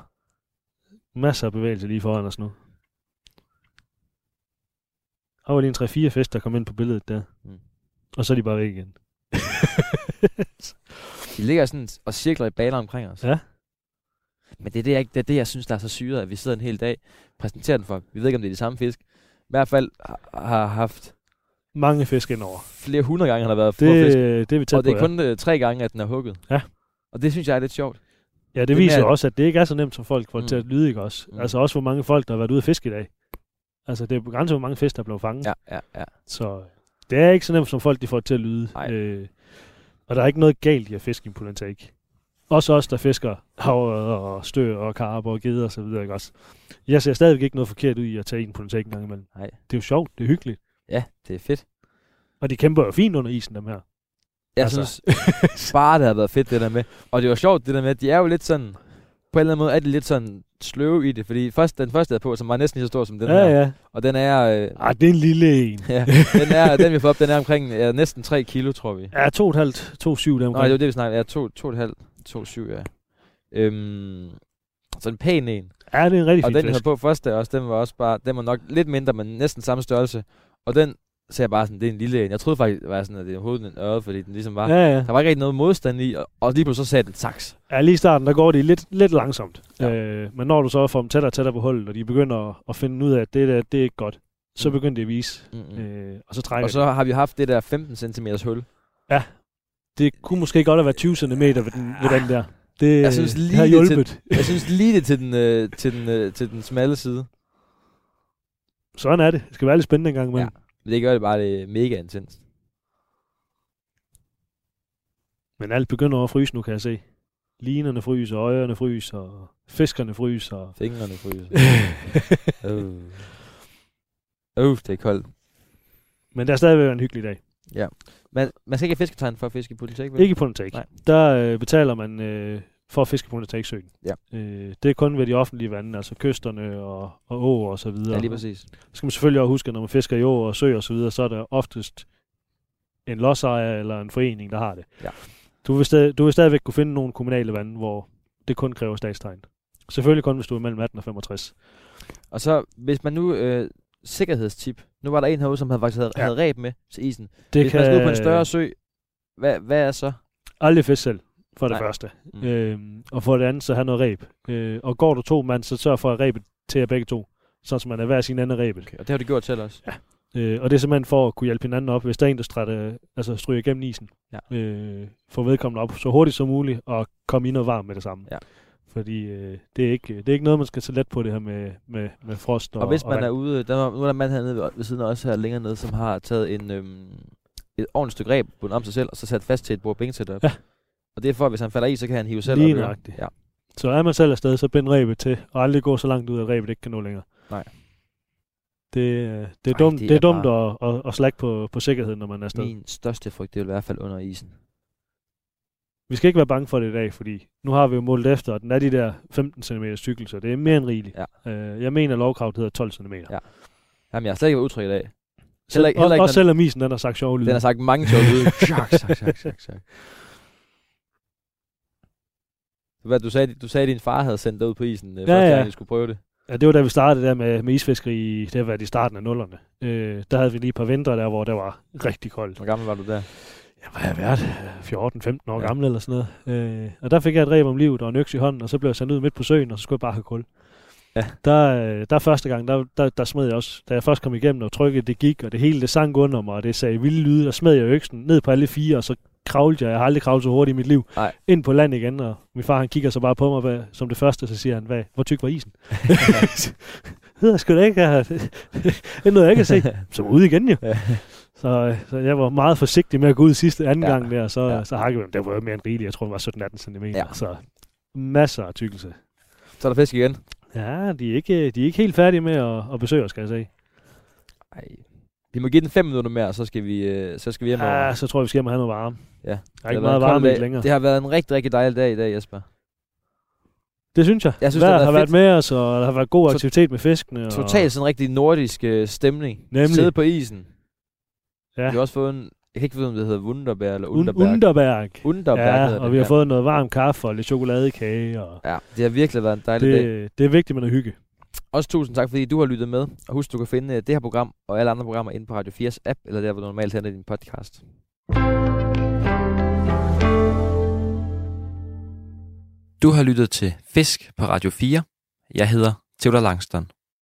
Speaker 2: Masser af bevægelse lige foran os nu. Der var lige en 3-4 fisk, der kom ind på billedet der.
Speaker 1: Mm.
Speaker 2: Og så er de bare væk igen.
Speaker 1: De ligger sådan og cirkler i baler omkring os.
Speaker 2: Ja.
Speaker 1: Men det er det, jeg, ikke- det er det, jeg synes, der er så syret, at vi sidder en hel dag præsenterer den for. Vi ved ikke, om det er de samme fisk. I hvert fald har- har haft
Speaker 2: Mange fisk indover.
Speaker 1: flere hundrede gange, han har været det, på fisk.
Speaker 2: Det, det er vi tæt
Speaker 1: Og det er
Speaker 2: på,
Speaker 1: kun ja. tre gange, at den er hugget.
Speaker 2: Ja. Mm.
Speaker 1: Og det synes jeg er lidt sjovt.
Speaker 2: ja. ja. det,
Speaker 1: det
Speaker 2: viser
Speaker 1: med,
Speaker 2: jo
Speaker 1: at-
Speaker 2: også, at det ikke er så nemt, som folk får mm.
Speaker 1: Mm.
Speaker 2: til at lyde, ikke også? Mm.
Speaker 1: Mm.
Speaker 2: Altså også, hvor mange folk, der har været ude at fiske i dag. Altså, det er begrænset, hvor mange fisk, der blev fanget.
Speaker 1: Ja, ja, ja.
Speaker 2: Så øh, det er ikke så nemt, som folk de får det til at lyde.
Speaker 1: Nej.
Speaker 2: Øh, og der er ikke noget galt i at fiske i en put and take. Også os, der fisker havret og stør og karpe og geder og så videre, ikke også? Jeg ser stadigvæk ikke noget forkert ud i at tage en put and take en gang imellem.
Speaker 1: Nej.
Speaker 2: Det er jo sjovt, det er hyggeligt.
Speaker 1: Ja, det er fedt.
Speaker 2: Og de kæmper jo fint under isen, dem her.
Speaker 1: Jeg
Speaker 2: Altså.
Speaker 1: altså. synes bare, det har været fedt, det der med. Og det var sjovt, det der med, at de er jo lidt sådan... På en eller anden måde er de lidt sådan sløve i det, fordi først, den første, jeg havde på, som var næsten lige så stor som den
Speaker 2: ja,
Speaker 1: her,
Speaker 2: ja.
Speaker 1: og den er, øh,
Speaker 2: Ah, det er en lille en.
Speaker 1: ja, den, er, den vi får op, den er omkring ja, næsten 3 kilo, tror vi.
Speaker 2: Ja, 2,5, 2,7 dem.
Speaker 1: Nå, det var det, vi snakkede. Ja, to, to og et halvt, to syv, ja. Øhm, så en pæn en.
Speaker 2: Ja, det er en rigtig
Speaker 1: Og
Speaker 2: fin
Speaker 1: den, jeg
Speaker 2: fisk.
Speaker 1: havde på først der også, den var også bare, den var nok lidt mindre, men næsten samme størrelse. Og den ser jeg bare sådan, det er en lille en. Jeg troede faktisk, det var sådan, at det er hovedet en øre, fordi den ligesom var... Ja.
Speaker 2: Ja, ja.
Speaker 1: Der var ikke rigtig noget modstand i, og, og lige pludselig så sagde den saks.
Speaker 2: Ja, lige i starten, der går de lidt, lidt langsomt. Ja.
Speaker 1: Ja.
Speaker 2: Øh, men når du så får dem tættere og tættere på hullet, og de begynder at, at finde ud af, at det der, det er ikke godt, så
Speaker 1: Mm.
Speaker 2: begynder de at vise.
Speaker 1: Mm-hmm.
Speaker 2: Øh, og så trækker
Speaker 1: Og så har vi haft det der 15 cm hul.
Speaker 2: de. Det kunne måske godt have været 20 cm ved den, ved den der. Det
Speaker 1: Jeg synes
Speaker 2: øh,
Speaker 1: lige,
Speaker 2: havde
Speaker 1: det er til-
Speaker 2: hjulpet.
Speaker 1: Jeg synes lige det til den, øh, til den, øh, til den smalle side.
Speaker 2: Sådan er det. Det skal være lidt spændende en gang imellem. Ja.
Speaker 1: Men det gør det bare det er mega intenst.
Speaker 2: Men alt begynder at fryse nu, kan jeg se. Linerne fryser, øjerne fryser, og fiskerne fryser.
Speaker 1: Fingrene fryser. Øv, oh. det er koldt.
Speaker 2: Men det er stadigvæk en hyggelig dag.
Speaker 1: Man, man skal ikke have fisketegn for at fiske i politik, vel?
Speaker 2: Ikke på en take.
Speaker 1: Nej.
Speaker 2: Der øh, betaler man øh, for at fiske på en take-søen.
Speaker 1: Ja.
Speaker 2: Øh, det er kun ved de offentlige vande, altså kysterne og, og åer og så videre.
Speaker 1: Ja, lige præcis.
Speaker 2: skal man selvfølgelig også huske, at når man fisker i åer og søer osv., så er der oftest en lodsejer eller en forening, der har det.
Speaker 1: Ja.
Speaker 2: Du, vil stadig, du vil stadigvæk kunne finde nogle kommunale vande, hvor det kun kræver statstegn. Selvfølgelig kun, hvis du er mellem 18 og 65.
Speaker 1: Og så, hvis man nu... Øh, sikkerhedstip. Nu var der en herude, som havde faktisk havde,
Speaker 2: Ja.
Speaker 1: ja. havde ræb med til isen. Det
Speaker 2: Det
Speaker 1: hvis kan... man skal ud på en større sø, hvad, hvad er så?
Speaker 2: aldrig fiske selv, for det
Speaker 1: Nej.
Speaker 2: første. Mm.
Speaker 1: Mm.
Speaker 2: Øhm, og for det andet, så have noget reb. Øh, og går du to mand, så sørg for at rebet til jer begge to. Sådan, så man er hver sin anden rebet.
Speaker 1: Okay, og det har du gjort til os.
Speaker 2: Øh, og det er simpelthen for at kunne hjælpe hinanden op, hvis der er en, der strætte, altså stryger igennem isen.
Speaker 1: Ja.
Speaker 2: Øh, få vedkommende op så hurtigt som muligt, og komme i noget varmt med det samme.
Speaker 1: Ja.
Speaker 2: Fordi øh, det, er ikke, det er ikke noget, man skal tage let på det her med, med, med frost og
Speaker 1: Og hvis man
Speaker 2: og
Speaker 1: er ude, der, var- nu er der en mand hernede ved, ved siden af os her længere nede, som har taget en, øhm, et ordentligt stykke ræb bundet om sig selv, og så sat fast til et bord bænksæt
Speaker 2: Ja.
Speaker 1: Og det er for, at hvis han falder i, så kan han hive selv
Speaker 2: Lige
Speaker 1: op. jo.
Speaker 2: nøjagtigt.
Speaker 1: Ja.
Speaker 2: Så er man selv afsted, så bind rebet til, og aldrig gå så langt ud, at rebet ikke kan nå længere.
Speaker 1: Nej.
Speaker 2: Det, øh, det er
Speaker 1: Ej,
Speaker 2: dumt,
Speaker 1: det
Speaker 2: det er
Speaker 1: er
Speaker 2: dumt at, at, at slække på, på sikkerheden, når man er afsted.
Speaker 1: Min største frygt, det vil i hvert fald under isen.
Speaker 2: Vi skal ikke være bange for det i dag, fordi nu har vi jo målt efter, at den er de der 15 cm cykel, så det er mere end rigeligt. Ja. Øh, jeg mener, at lovkravet hedder 12 cm. Ja.
Speaker 1: Jamen, jeg har slet ikke været utryg i dag.
Speaker 2: Heller,
Speaker 1: Heller
Speaker 2: ikke,
Speaker 1: ikke-
Speaker 2: heller ikke
Speaker 1: heller ikke,
Speaker 2: også
Speaker 1: når-
Speaker 2: selvom isen den har sagt sjov lyd.
Speaker 1: Den har sagt mange sjove lyde. Sjak, sjak, sjak, sjak, sjak. Hvad, du sagde, du sagde, at din far havde sendt dig ud på isen, ja, første
Speaker 2: ja.
Speaker 1: gang, jeg skulle prøve det.
Speaker 2: Ja, det var da vi startede der med, med isfiskeri, det har været i starten af nullerne. Øh, der havde vi lige et par vintre der, hvor det var rigtig koldt.
Speaker 1: Hvor gammel var du der?
Speaker 2: Ja, hvad har jeg været? 14-15 år ja.
Speaker 1: Ja.
Speaker 2: gammel eller sådan noget. Øh, og der fik jeg et reb om livet og en øks i hånden, og så blev jeg sendt ud midt på søen, og så skulle jeg bare have kul.
Speaker 1: Ja.
Speaker 2: Der, øh, der første gang, der, der, der smed jeg også, da jeg først kom igennem og trykket, det gik, og det hele det sang under mig, og det sagde vilde lyde, der smed jeg øksen ned på alle fire, og så kravlede jeg, jeg har aldrig kravlet så hurtigt i mit liv,
Speaker 1: Nej.
Speaker 2: ind på land igen, og min far han kigger så bare på mig hvad, som det første, så siger han, hvad, hvor tyk var isen? det ved jeg sgu da ikke, jeg har- det nåede jeg ikke at se. Så var jeg ude igen jo. Så, øh, så jeg var meget forsigtig med at gå ud sidste anden
Speaker 1: Ja.
Speaker 2: ja. gang der, så,
Speaker 1: Ja.
Speaker 2: ja. så hakkede jeg dem. Det var jo mere end rigeligt. Jeg tror, det var 17-18 cm.
Speaker 1: Ja.
Speaker 2: Ja. Så masser af tykkelse.
Speaker 1: Så er der fisk igen.
Speaker 2: Ja, de er ikke, de er ikke helt færdige med at, at besøge os, skal jeg sige.
Speaker 1: Ej. Vi må give den 5 minutter mere, og så skal vi, øh, så skal vi hjem over.
Speaker 2: Ja, Ah, så tror jeg, vi skal hjem og have noget varme.
Speaker 1: Ja.
Speaker 2: Der er ikke meget varme i længere.
Speaker 1: Det har været en rigtig, rigtig dejlig dag i dag, Jesper.
Speaker 2: Det synes jeg.
Speaker 1: Jeg synes,
Speaker 2: Vejret
Speaker 1: det har
Speaker 2: har
Speaker 1: været
Speaker 2: været med os, og der har været god
Speaker 1: To-
Speaker 2: aktivitet med fiskene.
Speaker 1: Totalt sådan en rigtig nordisk øh, stemning.
Speaker 2: Nemlig.
Speaker 1: Sidde på isen.
Speaker 2: Ja.
Speaker 1: Vi har også fået en, jeg kan ikke vide, om det hedder Wunderbær eller
Speaker 2: Og
Speaker 1: Underberg.
Speaker 2: Un- Underberg.
Speaker 1: Underberg hedder
Speaker 2: Ja,
Speaker 1: det,
Speaker 2: og vi har
Speaker 1: ja.
Speaker 2: fået noget varm kaffe og lidt chokoladekage. Og
Speaker 1: Ja, det har virkelig været en dejlig det... dag.
Speaker 2: det, det er vigtigt med noget hygge.
Speaker 1: Også tusind tak, fordi du har lyttet med. Og husk, du kan finde øh, det her program og alle andre programmer inde på Radio 4's app, eller der, hvor du normalt henter din podcast.
Speaker 3: Du har lyttet til Fisk på Radio 4. Jeg hedder Theodor Langston.